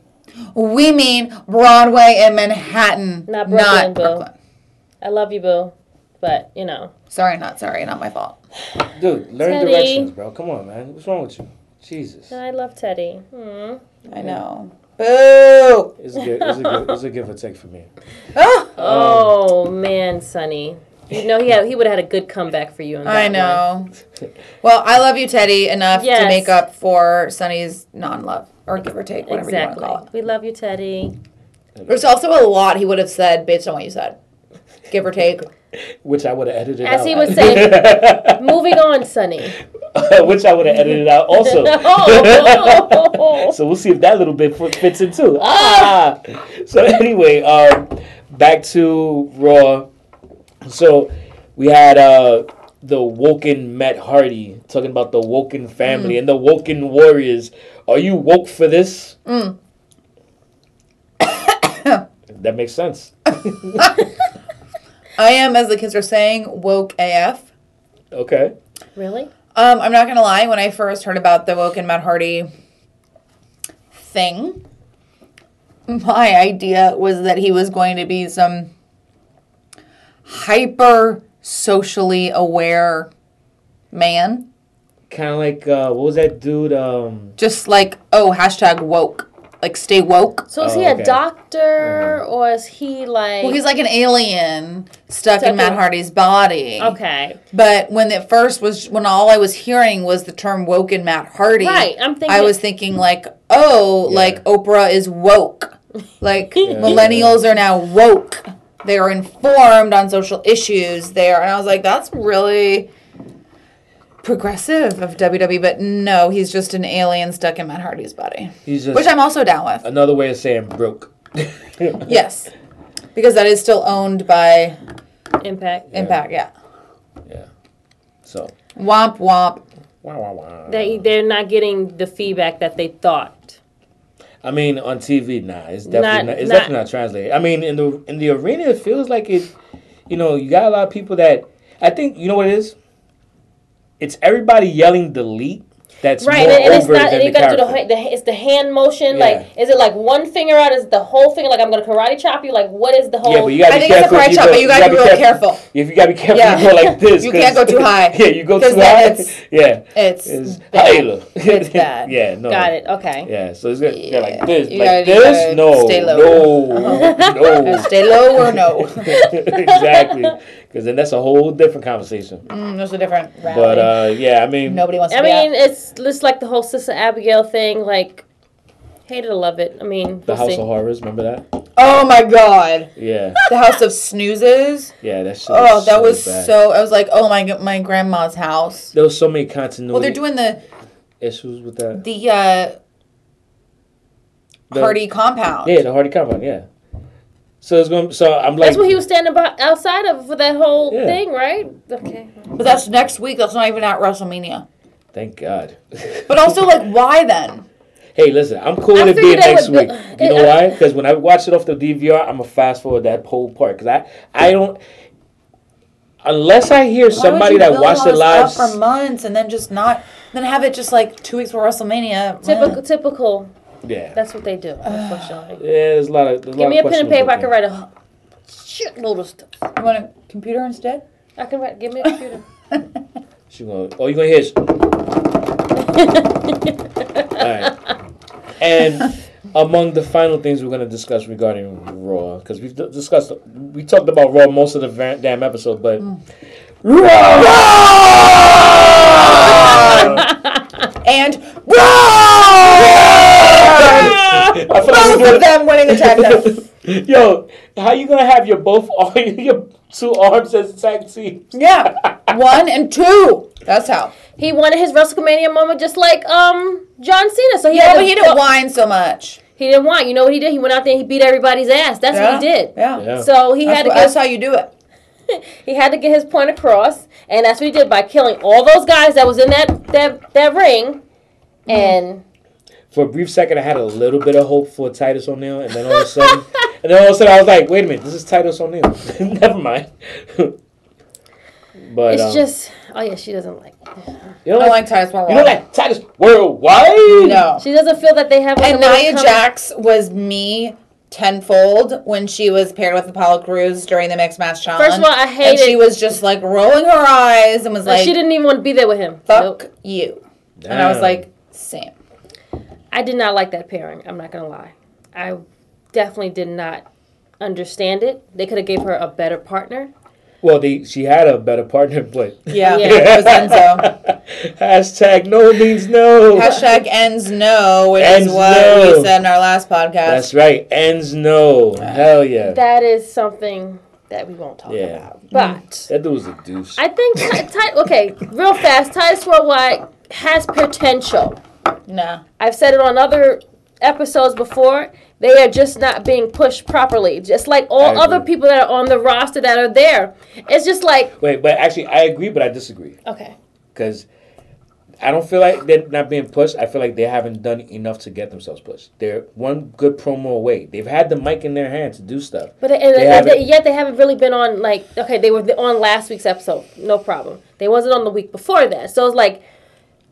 we mean broadway in manhattan Not not Brooklyn, brooklyn, boo. I love you, boo. But you know. sorry not sorry not my fault Dude, learn Teddy. directions, bro. Come on, man. What's wrong with you? Jesus. Mm. I love Teddy. Hmm. i know Boo! It's a good. It's a good. It's a give or take for me. Oh, Oh man, Sonny. You know he had, he would have had a good comeback for you. On that I one. know. Well, I love you, Teddy, enough Yes. to make up for Sonny's non-love or give or take, whatever Exactly. you want to call We love you, Teddy. it. There's also a lot he would have said based on what you said, give or take. Which I would have edited out. As he was saying, moving on, Sonny. Which I would have edited out also. Oh. So we'll see if that little bit fit- fits in too. Ah. So anyway, um, back to Raw. So we had uh, the Woken Matt Hardy talking about the Woken family Mm. and the Woken Warriors. Are you woke for this? Mm. that makes sense. I am, as the kids are saying, woke AF. Okay. Really? Um, I'm not gonna lie. When I first heard about the woke and Matt Hardy thing, my idea was that he was going to be some hyper socially aware man, Kind of like uh, what was that dude? Um, just like oh hashtag woke, like stay woke. So is Oh, he a okay. Uh-huh. doctor or is he like? Well, he's like an alien stuck Stuck in Matt in- Hardy's body. okay. But when it first was, when all I was hearing was the term woke and Matt Hardy, Right, I'm thinking- I was thinking like, oh, Yeah. like Oprah is woke, like millennials are now woke. They are informed on social issues. They are, and I was like, that's really progressive of WWE. But no, he's just an alien stuck in Matt Hardy's body, he's just which I'm also down with. another way of saying broke. Yes, because that is still owned by Impact. Impact. Yeah, Yeah. So. womp womp. Wah, wah, wah. They they're not getting the feedback that they thought. I mean, on TV, nah, it's definitely Not- not, it's not- definitely not translated. I mean, in the in the arena, it feels like it. You know, you got a lot of people that I think you know what it is. It's everybody yelling delete. That's Right, more and, and it's over not. than And you the gotta do the, character. ha- the it's the hand motion. Yeah. Like, is it like one finger out? Is it the whole finger? Like, I'm gonna karate chop you. Like, what is the whole? Yeah, but you gotta I be think it's a careful. karate if chop, but you gotta be real careful. If you gotta be careful, Yeah. you go like this. You 'cause- can't go too high. yeah, you go 'Cause too then high. it's- yeah, It's, it's bad. Halo. It's bad. yeah, no. got it. Okay. Yeah, so it's good. Yeah, Yeah, like this, you gotta- like you gotta this. No, stay low. no, no. Stay low or no. exactly, because then that's a whole different conversation. Mm, those are different. But uh, yeah, I mean, Nobody wants to I be mean, out. it's just like the whole Sister Abigail thing. Like, hate it or love it. I mean, the we'll House see. of Horrors, remember that? Oh my god. Yeah, The house of snoozes. yeah, that shit. Oh, that so was bad. so. I was like, oh my g- my grandma's house. There was so many continuity Well, they're doing the issues with that. the uh, The- Hardy compound. yeah, the Hardy compound, yeah. So it's going. to So I'm like, That's what he was standing by, outside of for that whole Yeah. thing, right? Okay. But that's next week. That's not even at WrestleMania. thank God. But also, like, why then? hey, listen, I'm cool I with it being figured next that would week. be- You know it- I- why? Because when I watch it off the DVR, I'm a fast forward that whole part because I I don't. Unless I hear Why would somebody you that build all watched it this live, up for months and then just not then have it just like two weeks before WrestleMania. Typical. Typical. yeah, That's what they do, unfortunately. yeah, there's a lot of. There's a lot Give me a of pen and questionable paper. I things. can write a shitload of stuff. You want a computer instead? I can write. Give me a computer. She gonna. Oh, you gonna hear? It. All right. And among the final things we're gonna discuss regarding Raw, because we've d- discussed, we talked about Raw most of the va- damn episode, but Mm. Raw. And both I feel like we're of doing- them winning the tag titles. Yo, how you gonna have your both ar- your two arms as tag teams? Yeah, one and two. That's how. he wanted his WrestleMania moment just like um John Cena. So he Yeah, had but to- he didn't whine so much. He didn't want. You know what he did? He went out there. and He beat everybody's ass. That's yeah. what he did. Yeah. Yeah. So he That's, had to what- get that's how you do it. He had to get his point across, and that's what he did by killing all those guys that was in that that that ring. Mm-hmm. And for a brief second, I had a little bit of hope for Titus O'Neil, and then all of a sudden, and then all of a sudden, I was like, "Wait a minute, this is Titus O'Neil." Never mind. but it's um, just, oh yeah, she doesn't like. you know, I like, don't like Titus Worldwide. you know that Titus worldwide. No. She doesn't feel that they have. Like And a little Nia com- Jax was me tenfold when she was paired with Apollo Cruz during the mixed match challenge. First of all, I And she hated- was just like rolling her eyes and was Like, like, she didn't even want to be there with him. "Fuck Nope. you," and I was Damn. like, "Sam." I did not like that pairing. I'm not gonna lie. I definitely did not understand it. They could have gave her a better partner. Well, they, she had a better partner, but Yeah, Yeah. it was Enzo. hashtag no means no. Hashtag ends no, which Ends is what no. we said in our last podcast. That's right. Ends no. Hell yeah. That, That is something that we won't talk Yeah. about. Mm. But dude was a douche. I think Ty, Ty, okay, real fast, Titus Worldwide has potential. nah. I've said it on other episodes before. They are just not being pushed properly, just like I all agree. other people that are on the roster that are there. It's just like Wait, but actually, I agree, but I disagree okay, because I don't feel like they're not being pushed. I feel like they haven't done enough to get themselves pushed. They're one good promo away. They've had the mic in their hand to do stuff. but and, They and haven't- they- yet they haven't really been on like okay, they were on last week's episode, no problem. They wasn't on the week before that, so it's like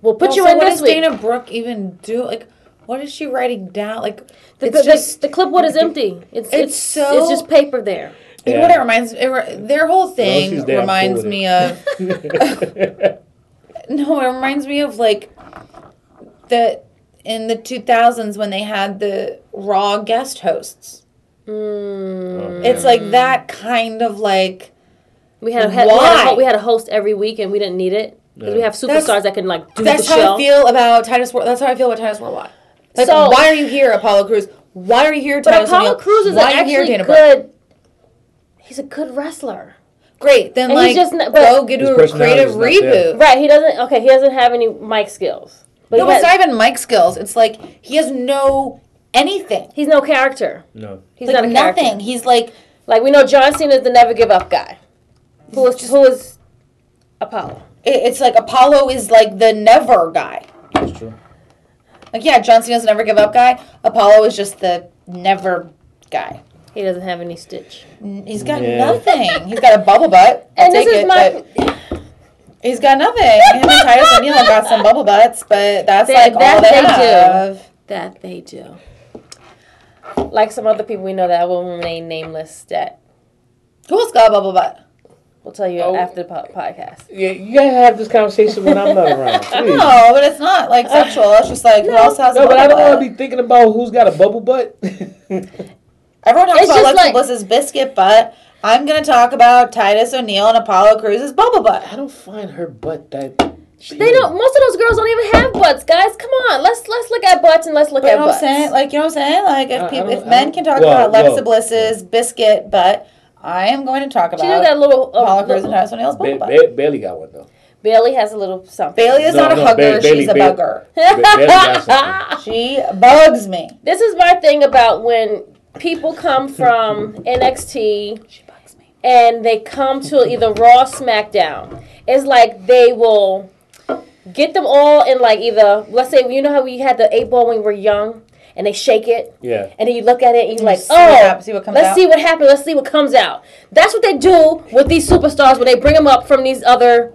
we'll put Well, you so in what this does week. Dana Brooke even do? Like, what is she writing down? Like, the, it's the- the- just the clipboard is empty. It's it's, it's so- just paper there. you know Yeah. what it reminds it, re- their whole she's thing there, I'm reminds cool with me of no, it reminds me of like the in the 2000s when they had the raw guest hosts. Oh, It's Mm. like that kind of like We had, a, had- we, had a, Why? ho- we had a host every week and we didn't need it 'Cause we Yeah. have superstars that can like do the that's show. how I feel about Titus. Wor- That's how I feel about Titus Warlock. Like, So- why are you here, Apollo Cruz? Why are you here, But Titus? Apollo O'Neil? Cruz is why an actually Brooke? good. He's a good wrestler. Great. Then And like he's just not- but- go get His a personality creative is not there. reboot. Right. He doesn't. Okay. He doesn't have any mic skills. But No, he it's has- not even mic skills. It's like he has no anything. he's no character. No. He's like not a nothing. character. He's like Like we know John Cena is the never give up guy. Who is who is Apollo? it- it's like Apollo is like the never guy. That's true. Like yeah, John Cena's never give up guy. Apollo is just the never guy. He doesn't have any stitch. N- He's got Yeah. nothing. He's got a bubble butt. I'll and this take is it, my. but he's got nothing. Him and Titus O'Neil have got some bubble butts, but that's like That- all that they, they do. have. that they do. Like some other people we know that will remain nameless. That Who else got a bubble butt? we'll tell you Oh. after the po- podcast. Yeah, you gotta have this conversation when I'm not around. Please. No, but it's not like sexual. It's just like who else has a No, but bubble I don't butt? want to be thinking about who's got a bubble butt. Everyone talks It's about just Alexa like- Bliss's biscuit butt. I'm gonna talk about Titus O'Neil and Apollo Cruz's bubble butt. I don't find her butt that. They don't. Most of those girls don't even have butts, guys. Come on, let's let's look at butts and let's look But you at know what I'm butts. saying? Like you know what I'm saying? Like I- I if people, don't- if I men don't- can talk Whoa, about Alexa whoa. Bliss's biscuit butt, I am going to talk about she do got a little. Apollo Uh, Cruz and little Titus O'Neil's bubble Ba- butt. ba- barely got one though. Bailey has a little something. Bailey is No, not a no, hugger. Ba- Bailey- she's a Bailey- bugger. Ba- barely got something. She bugs me. This is my thing about when people come from NXT She bugs me. and they come to either Raw or SmackDown. It's like they will get them all in like either let's say you know how we had the eight ball when we were young and they shake it Yeah. and then you look at it and you're like see oh what hap- see what comes let's out." see what happens let's see what comes out. That's what they do with these superstars when they bring them up from these other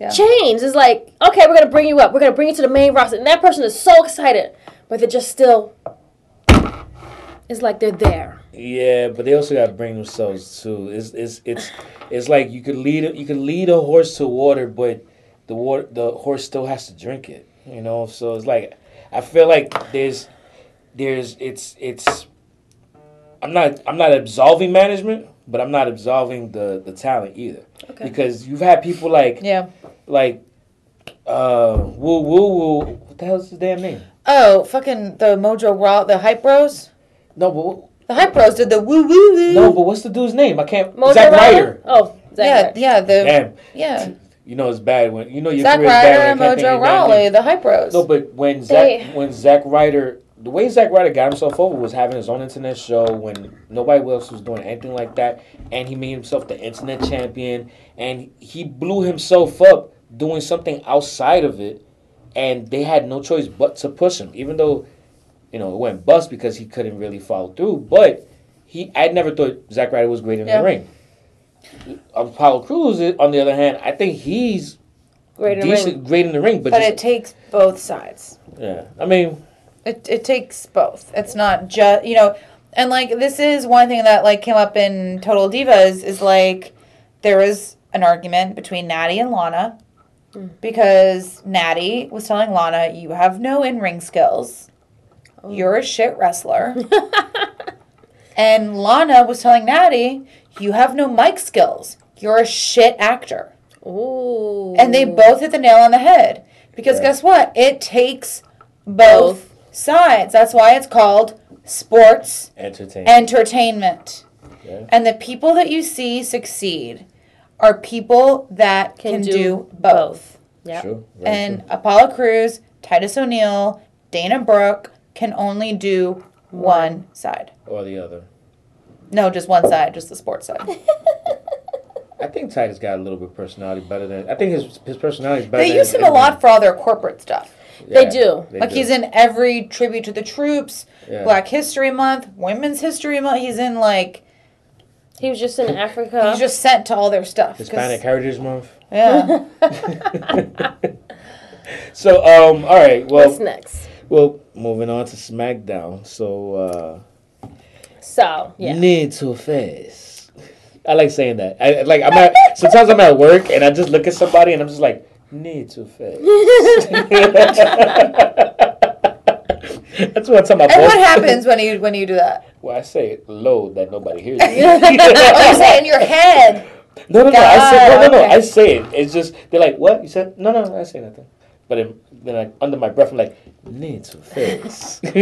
Yeah. chains. It's like okay we're gonna bring you up we're gonna bring you to the main roster and that person is so excited but they're just still it's like they're there. Yeah, but they also got to bring themselves too. It's it's it's it's like you could lead a- you could lead a horse to water, but the water the horse still has to drink it. You know, so it's like I feel like there's there's it's it's I'm not I'm not absolving management, but I'm not absolving the the talent either. Okay. Because you've had people like Yeah. like uh woo woo woo what the hell's his damn name? Oh, fucking the Mojo Raw, the Hype Bros. No, but what- The Hype Bros did the woo woo woo. no, but what's the dude's name? I can't. Mojo Zack Ryder? Ryder. Oh, Zack yeah, Ryder. yeah, the Damn. yeah. You know it's bad when you know your Zack career's Ryder bad and when I can't think Mojo of your name. Rawley, the hype bros. No, but when They- Zach when Zach Ryder the way Zach Ryder got himself over was having his own internet show when nobody else was doing anything like that, and he made himself the internet champion, and he blew himself up doing something outside of it, and they had no choice but to push him, even though you know it went bust because he couldn't really follow through. But he, I never thought Zach Ryder was great in Yeah. the ring. Uh, Apollo Cruz, on the other hand, I think he's Great in the decent, ring. great in the ring, but, but just- it takes both sides. yeah, I mean. It it takes both. It's not just you know, and like this is one thing that like came up in Total Divas is like there was an argument between Natty and Lana because Natty was telling Lana, "You have no in ring skills." you're a shit wrestler. and Lana was telling Natty, you have no mic skills. You're a shit actor. Ooh. And they both hit the nail on the head. Because guess what? It takes both, sides. That's why it's called sports Entertainment. entertainment. Yeah. And the people that you see succeed are people that can, Can do, do both. Yep. Sure. Very And Apollo Cruz, Titus O'Neill, Dana Brooke can only do one side. true. Or the other. No, just one side, just the sports side. I think Titus got a little bit of personality better than. I think his his personality is better. they than use him a lot for all their corporate stuff. Yeah, They do. they like do. he's in every tribute to the troops, Yeah. Black History Month, Women's History Month. He's in like He was just in Africa. he's just sent to all their stuff. 'cause- Hispanic Heritage Month. Yeah. So um, all right. Well, What's next? well, moving on to SmackDown. So uh, So yeah. need to face. I like saying that. I I- like. I'm at sometimes I'm at work and I just look at somebody and I'm just like need to face. That's what I tell my and boss. what happens when you when you do that? Well, I say it low that nobody hears. me. Oh, you say in your head. No, no, no. I say no, no, no. God, I say it. It's just they're like, "What you said?" No, no, no I say nothing. But in, then, like under my breath, I'm like, "Need to face." but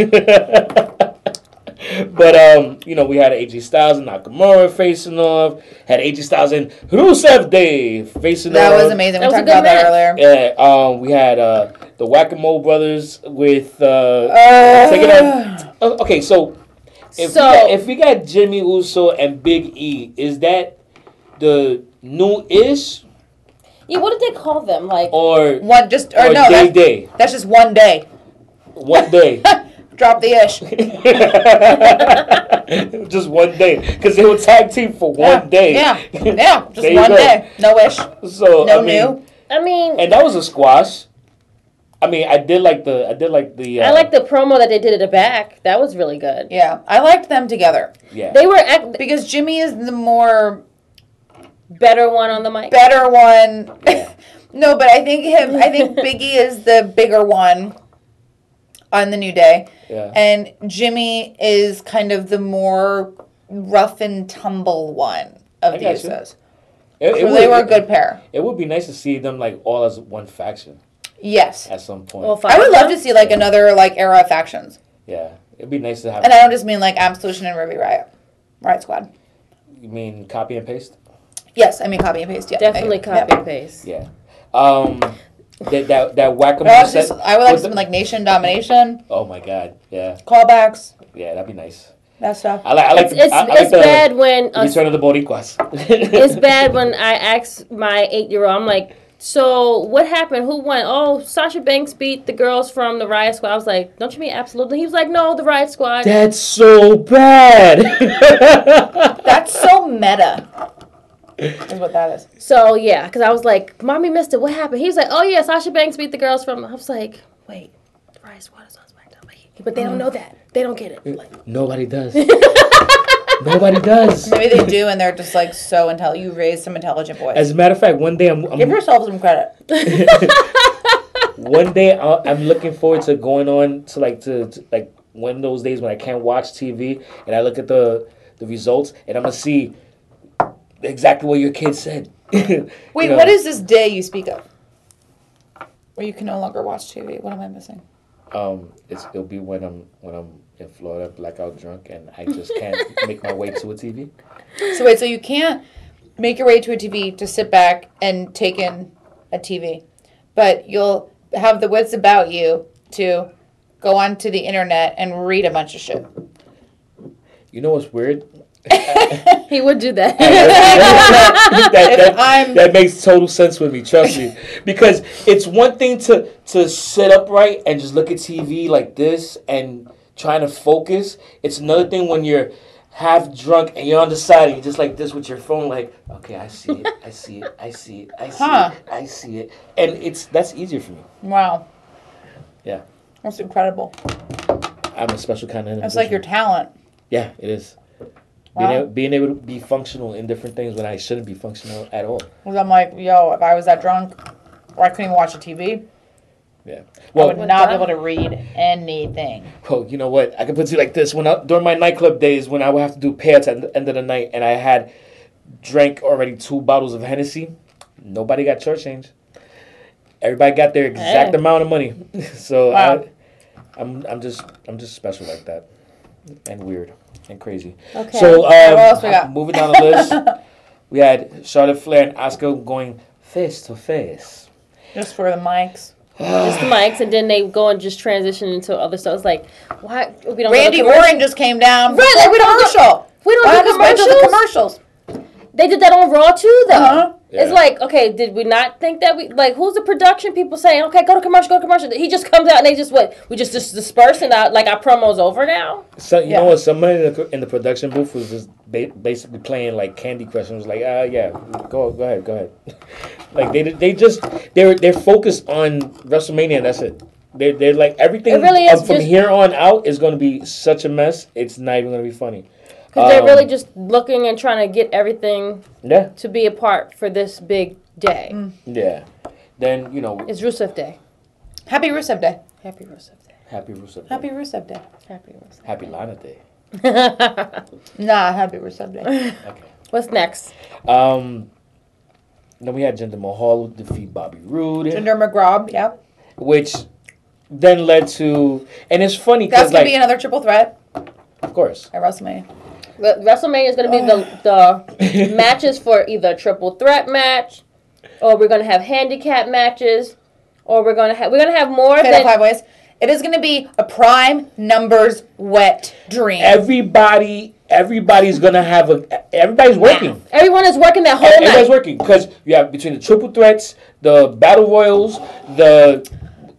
um, you know, we had AJ Styles and Nakamura facing off. Had AJ Styles and Rusev Day facing That off. was amazing. That we was a talked good about that match. earlier. Yeah, um, we had uh the Whack a Mole brothers with uh, Uh, taking on. Oh, Okay, so if So- we got, if we got Jimmy Uso and Big E, is that the new ish Yeah. What did they call them? Like or One just or, or no, Oh, day that's, day that's just one day. one day? Drop the ish. Just one day, because they were tag team for yeah. one day. Yeah, yeah, just There you one go. day. No ish, So no I mean, new. I mean, and that was a squash. I mean, I did like the I did like the. Uh, I like the promo that they did at the back. That was really good. Yeah, I liked them together yeah. They were act- the because Jimmy is the more better one on the mic. better one. Yeah. no, but I think him. I think Biggie is the bigger one on the new day, yeah. and Jimmy is kind of the more rough and tumble one I of the got you. Usos. It- it So they would- were a good pair. It would be nice to see them like all as one faction Yes. at some point. Well, I would love to Fanta. see like another like era of factions. yeah, it'd be nice to have. And I don't just mean like Absolution and Ruby Riot. Riot Squad. you mean copy and paste? Yes, I mean copy and paste. Yeah. Definitely Yeah. copy and paste. Yeah. Um, that that that whack a But I, mole was just, set. I would like with something the- like nation domination, Oh my god! Yeah, callbacks, yeah, that'd be nice. that stuff. I like. I like. It's, the, it's, I, I like it's the bad when uh, Return of the Boricuas. it's bad when I ask my eight year old. I'm like, so what happened? Who won? Oh, Sasha Banks beat the girls from the Riot Squad. I was like, don't you mean absolutely? He was like, no, the Riot Squad. That's so bad. That's so meta. Is what that is. So yeah, because I was like, mommy missed it. What happened? He was like, oh yeah, Sasha Banks beat the girls from. I was like, wait, the Riot Squad is on SmackDown, but, he- but they don't know that. They don't get it. Mm. Like, Nobody does. Nobody does. Maybe they do, and they're just like so intelligent. You raised some intelligent boys. As a matter of fact, one day I'm, I'm Give yourself some credit. one day I'll, I'm looking forward to going on to like to, to like one of those days when I can't watch TV and I look at the the results and I'm gonna see exactly what your kid said. Wait, Wait, what is this day you speak of? Where you can no longer watch TV. What am I missing? um? It's, it'll be when I'm when I'm in Florida, blackout drunk, and I just can't make my way to a TV. So wait, so you can't make your way to a TV to sit back and take in a TV, but you'll have the wits about you to go onto the internet and read a bunch of shit. You know what's weird? he would do that. that, that, I'm- that makes total sense with me, trust me. Because it's one thing to to sit upright and just look at TV like this and trying to focus. It's another thing when you're half drunk and you're on the side and you're just like this with your phone, like, okay, I see it, I see it, I see it, I see Huh. it, I see it. And it's that's easier for me. Wow, Yeah. that's incredible. I'm a special kind of individual. That's like your talent. Yeah, it is. Being, Wow. able, being able to be functional in different things when I shouldn't be functional at all. Because I'm like, yo, if I was that drunk or I couldn't even watch a TV, Yeah. I Well, would not be able to read anything. well, you know what? I can put it like this: when I, during my nightclub days, when I would have to do pants at the end of the night, and I had drank already two bottles of Hennessy, nobody got church change. Everybody got their exact Hey. amount of money, so Wow. I, I'm I'm just I'm just special like that, and weird and crazy. Okay. So um, what else we got? moving down the list, we had Charlotte Flair and Oscar going face to face. Just for the mics. Just the mics, and then they go and just transition into other stuff. It's like, why we don't Randy go to commercial- Orton just came down. Right, like, we don't do- commercial. We don't Why do just wait till the commercials? commercials? They did that on Raw too, though. Uh-huh. Yeah. It's like, okay, did we not think that we like who's the production people saying, okay, go to commercial, go to commercial? He just comes out and they just what we just just disperse and out like our promo's over now. So you Yeah. know what? Somebody in the, in the production booth was just ba- basically playing like Candy Crush and was like, "Ah, yeah, go, go ahead, go ahead." like they they just they're they're focused on WrestleMania. and That's it. They're, they're like everything It really is up from just- here on out is going to be such a mess. It's not even going to be funny. Because they're Um, really just looking and trying to get everything Yeah, to be a part for this big day. Mm. yeah. Then you know, It's Rusev Day. Happy Rusev Day. Happy Rusev Day. happy Rusev, happy, Happy Rusev Day. Happy Rusev. happy Lana Day. Nah, happy Rusev Day. Okay. What's next? Um. Then we had Jinder Mahal defeat Bobby Roode, Jinder McGraw, yeah. which then led to, and it's funny That's because gonna like, be another triple threat of course, at WrestleMania. The- WrestleMania is going to be the, the matches for either a triple threat match, or we're going to have handicap matches, or we're going to have we're going to have more Fatal than Five Ways. It is gonna be a prime numbers wet dream. everybody everybody's gonna have a everybody's working everyone is working that whole everybody's night. working because you have between the triple threats the battle royals the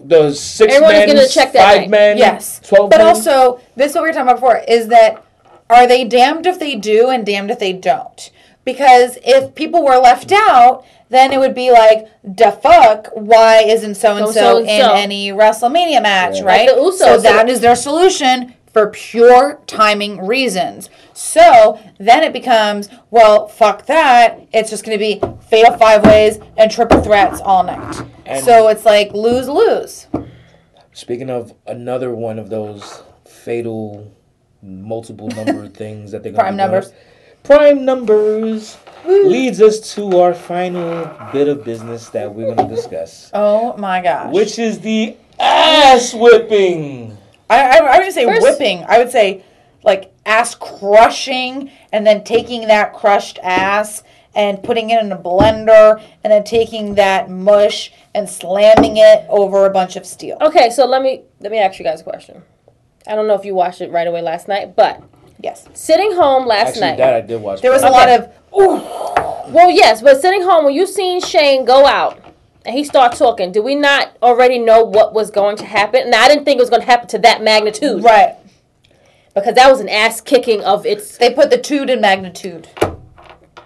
the six Everyone's men, gonna check that five night. men Yes. 12 but men. also, this is what we were talking about before is that are they damned if they do and damned if they don't? Because if people were left out, then it would be like, the fuck, why isn't so and So-and-so so and in so. any WrestleMania match, Yeah. right? Like the Usos. So that is their solution for pure timing reasons. So then it becomes, well, fuck that. It's just going to be fatal five ways and triple threats all night. And- so it's like lose lose. speaking of another one of those fatal multiple number things that they're gonna Prime be doing. numbers. prime numbers leads us to our final bit of business that we're gonna discuss Oh my gosh. which is the ass whipping I, I, I wouldn't say First- whipping. I would say like ass crushing and then taking that crushed ass and putting it in a blender and then taking that mush and slamming it over a bunch of steel. Okay, so let me let me ask you guys a question. I don't know if you watched it right away last night, but Yes. sitting home last actually night. that i did watch There was a lot of Well, yes, but sitting home when you seen Shane go out and he start talking, did we not already know what was going to happen? Now I didn't think it was going to happen to that magnitude, right. Because that was an ass kicking of its. They put the tude in magnitude.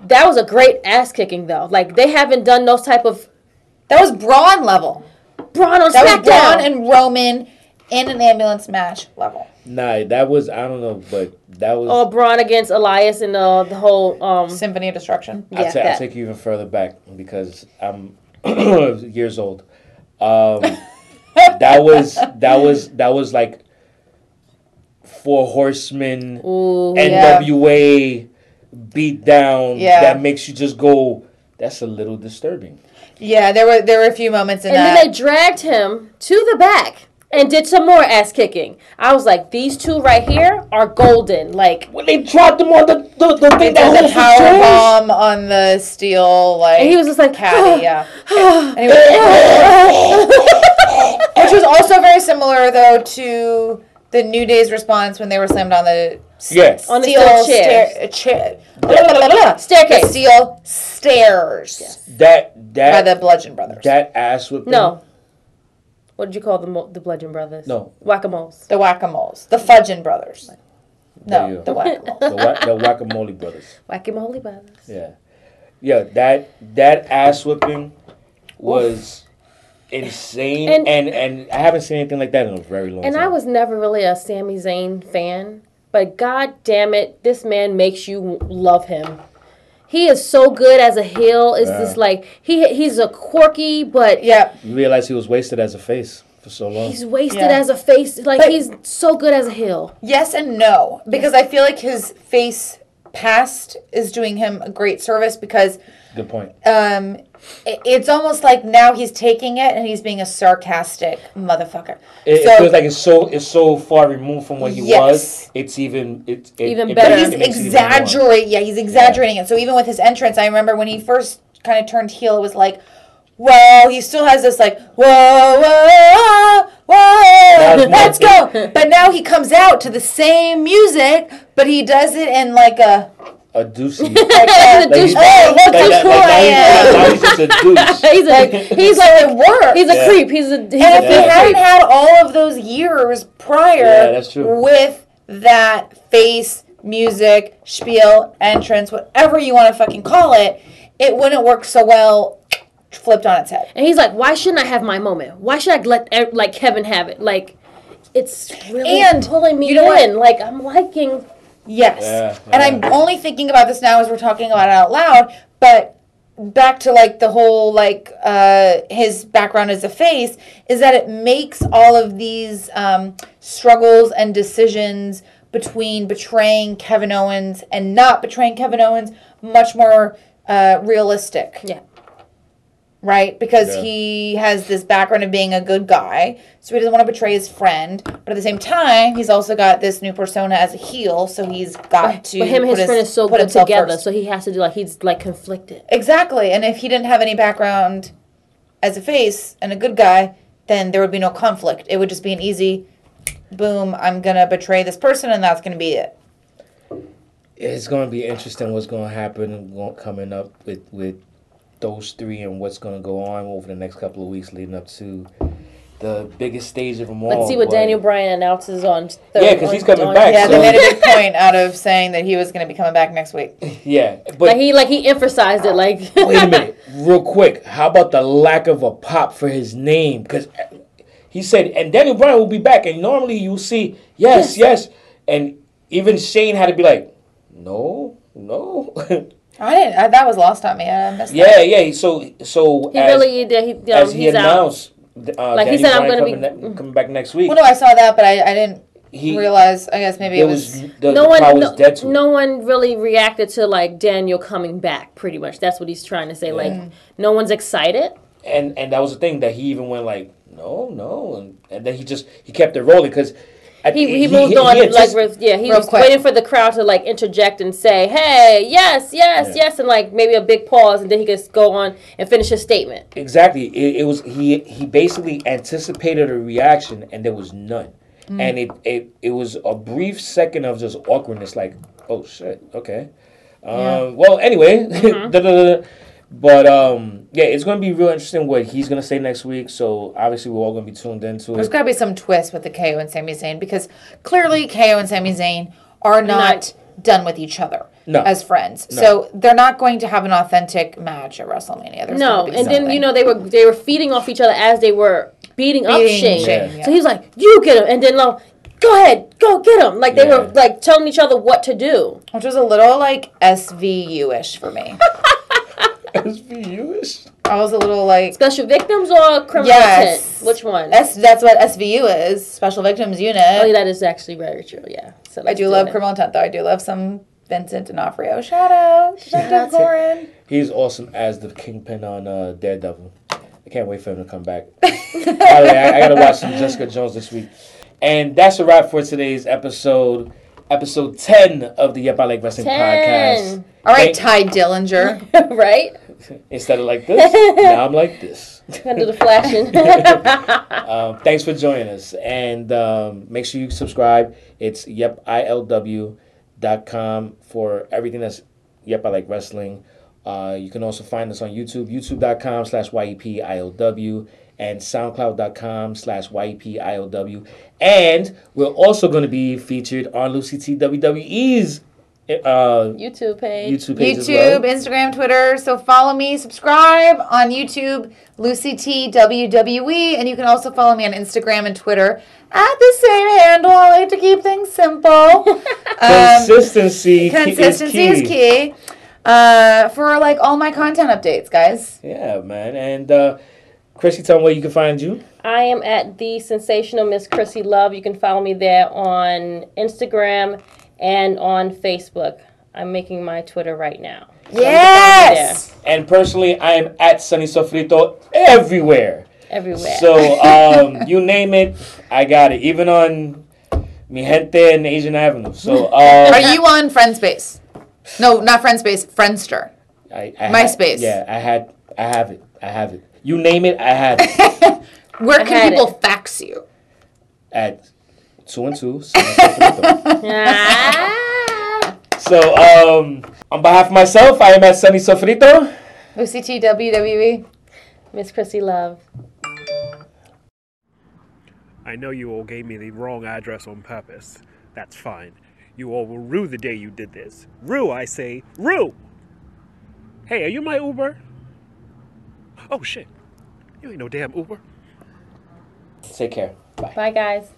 That was a great ass kicking though. Like they haven't done those type of That was brawn level. Braun on That was SmackDown. brawn and Roman in an ambulance match level. Nah, that was I don't know, but that was. Oh, or Braun against Elias and uh, the whole um. Symphony of Destruction. I'll, Yeah, ta- I'll that. take you even further back because I'm years old. Um, that was that was that was like four horsemen Ooh, NWA beat down Yeah. that makes you just go. That's a little disturbing. Yeah, there were there were a few moments in And that. then they dragged him to the back and did some more ass kicking. I was like, these two right here are golden. Like, When they dropped them on the the, the thing that holds There's the a power chairs. bomb on the steel like Oh, and he was just like, caddy, yeah. And he was- Which was also very similar though to the New Day's response when they were slammed on the s- Yeah. On the steel steel stair- uh, chairs. chair- blah, blah, blah, blah. Staircase. The steel stairs That by that the Bludgeon Brothers. that ass whipping. No. What did you call the mo- the Bludgeon Brothers? No. Whack-a-moles. The Whack-a-moles. The Fudgeon Brothers. There you go. No, the Whack-a-moles. the, whack, the whack-a-mole brothers. Whack-a-mole brothers. Yeah, yeah. That that ass whipping was insane, and, And- and I haven't seen anything like that in a very long And time. I was never really a Sami Zayn fan, but god damn it, this man makes you love him. He is so good as a heel. It's just like he he's a quirky but Yep. you realize he was wasted as a face. for so long. He's wasted Yeah. as a face. Like But- he's so good as a heel. Yes and no, because I feel like his face past is doing him a great service because Good point. Uh, um, i- it's almost like now he's taking it and he's being a sarcastic motherfucker. It, so it feels like it's so it's so far removed from what he Yes. was. It's even it's it, Even it better. makes- he's it makes it even more. exaggerating. Yeah, he's exaggerating it. So even with his entrance, I remember when he first kind of turned heel, it was like, whoa. He still has this like, whoa, whoa, whoa, was more- let's go. But now he comes out to the same music, but he does it in like a. A doozy. Like Like he's- a hey, look like how that- cool like I now am. he's- now he's just a douche. he's a he's So like it works. he's a Yeah. creep. He's a he's And a if he Yeah. hadn't had all of those years prior Yeah, that's true. with that face, music, spiel, entrance, whatever you want to fucking call it, it wouldn't work so well flipped on its head. And he's like, why shouldn't I have my moment? Why should I let ev- like Kevin have it? Like, it's really And pulling me you know what? in. Like I'm liking. Yes. Yeah, And yeah. I'm only thinking about this now as we're talking about it out loud, but back to like the whole like uh his background as a face is that it makes all of these um struggles and decisions between betraying Kevin Owens and not betraying Kevin Owens much more uh realistic Yeah. right? Because Yeah. he has this background of being a good guy, so he doesn't want to betray his friend. But at the same time, he's also got this new persona as a heel, so he's got to. But him and his put friend is so put good himself together, first. so he has to do like he's like conflicted. Exactly, and if he didn't have any background as a face and a good guy, then there would be no conflict. It would just be an easy, boom. I'm gonna betray this person, and that's gonna be it. It's gonna be interesting what's gonna happen go- coming up with with those three and what's gonna go on over the next couple of weeks leading up to the biggest stage of them all. Let's see what but- Daniel Bryan announces on. Thursday. Oh Yeah, 'cause he's coming back, Yeah, they So- made a big point out of saying that he was gonna be coming back next week. Yeah, Like but he like he emphasized it. Like wait a minute, real quick. How about the lack of a pop for his name? Because he said, and Daniel Bryan will be back, and normally you see, yes, yes, and even Shane had to be like, no, no. I didn't. I, that was lost on me. I missed that. yeah, yeah. So, so he as, really did. He, you know, as he he's out. announced, th- uh, Like, he Daniel said, I'm Bryan gonna coming, be- mm-hmm. ne- coming back next week. Well, no, I saw that, but I, I didn't he realize. I guess maybe there it was. was, the, no the one crowd no, was dead to it. no one really reacted to like Daniel coming back pretty much. That's what he's trying to say. Like no one's excited. and and that was the thing that he even went like no no and, and then he just he kept it rolling because He, he, moved on like re- yeah he real was quick. waiting for the crowd to like interject and say hey yes yes Yeah. yes and like maybe a big pause and then he could just go on and finish his statement. exactly it, it was he he basically anticipated a reaction and there was none and it, it it was a brief second of just awkwardness like oh shit okay um well anyway da, da, da, da. but um yeah it's gonna be real interesting what he's gonna say next week so obviously we're all gonna be tuned into There's it got to be some twist with the KO and Sami Zayn because clearly KO and Sami Zayn are not done with each other No. as friends. So they're not going to have an authentic match at WrestleMania. There's No, gotta and be then something. you know they were they were feeding off each other as they were beating, up Beating Shane. Shane, Yeah. So he was like you get him and then like go ahead go get him like they were Yeah. like telling each other what to do. which was a little like SVU ish for me. SVU-ish? I was a little like Special victims or criminal Yes. intent? Which one? S- That's what SVU is, Special Victims Unit. Oh, yeah, that is actually very true. Yeah. So I let's do love it. Criminal Intent though. I do love some Vincent D'Onofrio. Shout out, Detective Lauren. He's awesome as the kingpin on uh, Daredevil. I can't wait for him to come back. By the way, I, I gotta watch some Jessica Jones this week. And that's a wrap for today's episode, episode ten of the Yep I Like Wrestling 10. podcast. All right, Thank- Ty Dillinger. right? Instead of like this, now I'm like this. Under the flashing. Um, thanks for joining us, and um, make sure you subscribe. It's yepilw.com for everything that's Yep I Like Wrestling. Uh, you can also find us on YouTube, youtube.com slash E YEPILW, and soundcloud.com slash E YEPILW. And we're also going to be featured on Lucy T WWE's uh, YouTube page. YouTube page as YouTube, well. Instagram, Twitter. So follow me, subscribe on YouTube, Lucy T WWE, and you can also follow me on Instagram and Twitter at the same handle. I like to keep things simple. um, Consistency, ki- consistency is key uh, for like all my content updates, guys. Yeah, man. And uh, Chrissy, tell them where you can find you. I am at the sensational Miss Chrissy Love. You can follow me there on Instagram and on Facebook. I'm making my Twitter right now. Yes. And personally, I am at Sunny Sofrito everywhere. Everywhere. So um, you name it, I got it. Even on Mi Gente and Asian Avenue. So um, Are you on Friendspace? No, not Friendspace. Friendster. I, I MySpace. Had, yeah, I had, I have it, I have it. You name it, I had it. Where had can people fax you? at two and two. Sunny Sofrito. Ah. so um, on behalf of myself, I am at Sunny Sofrito. OCTWWE. E. Miss Chrissy Love. I know you all gave me the wrong address on purpose. That's fine. You all will rue the day you did this. Rue, I say, rue! Hey, are you my Uber? Oh shit. You ain't no damn Uber. Take care. Bye. Bye, guys.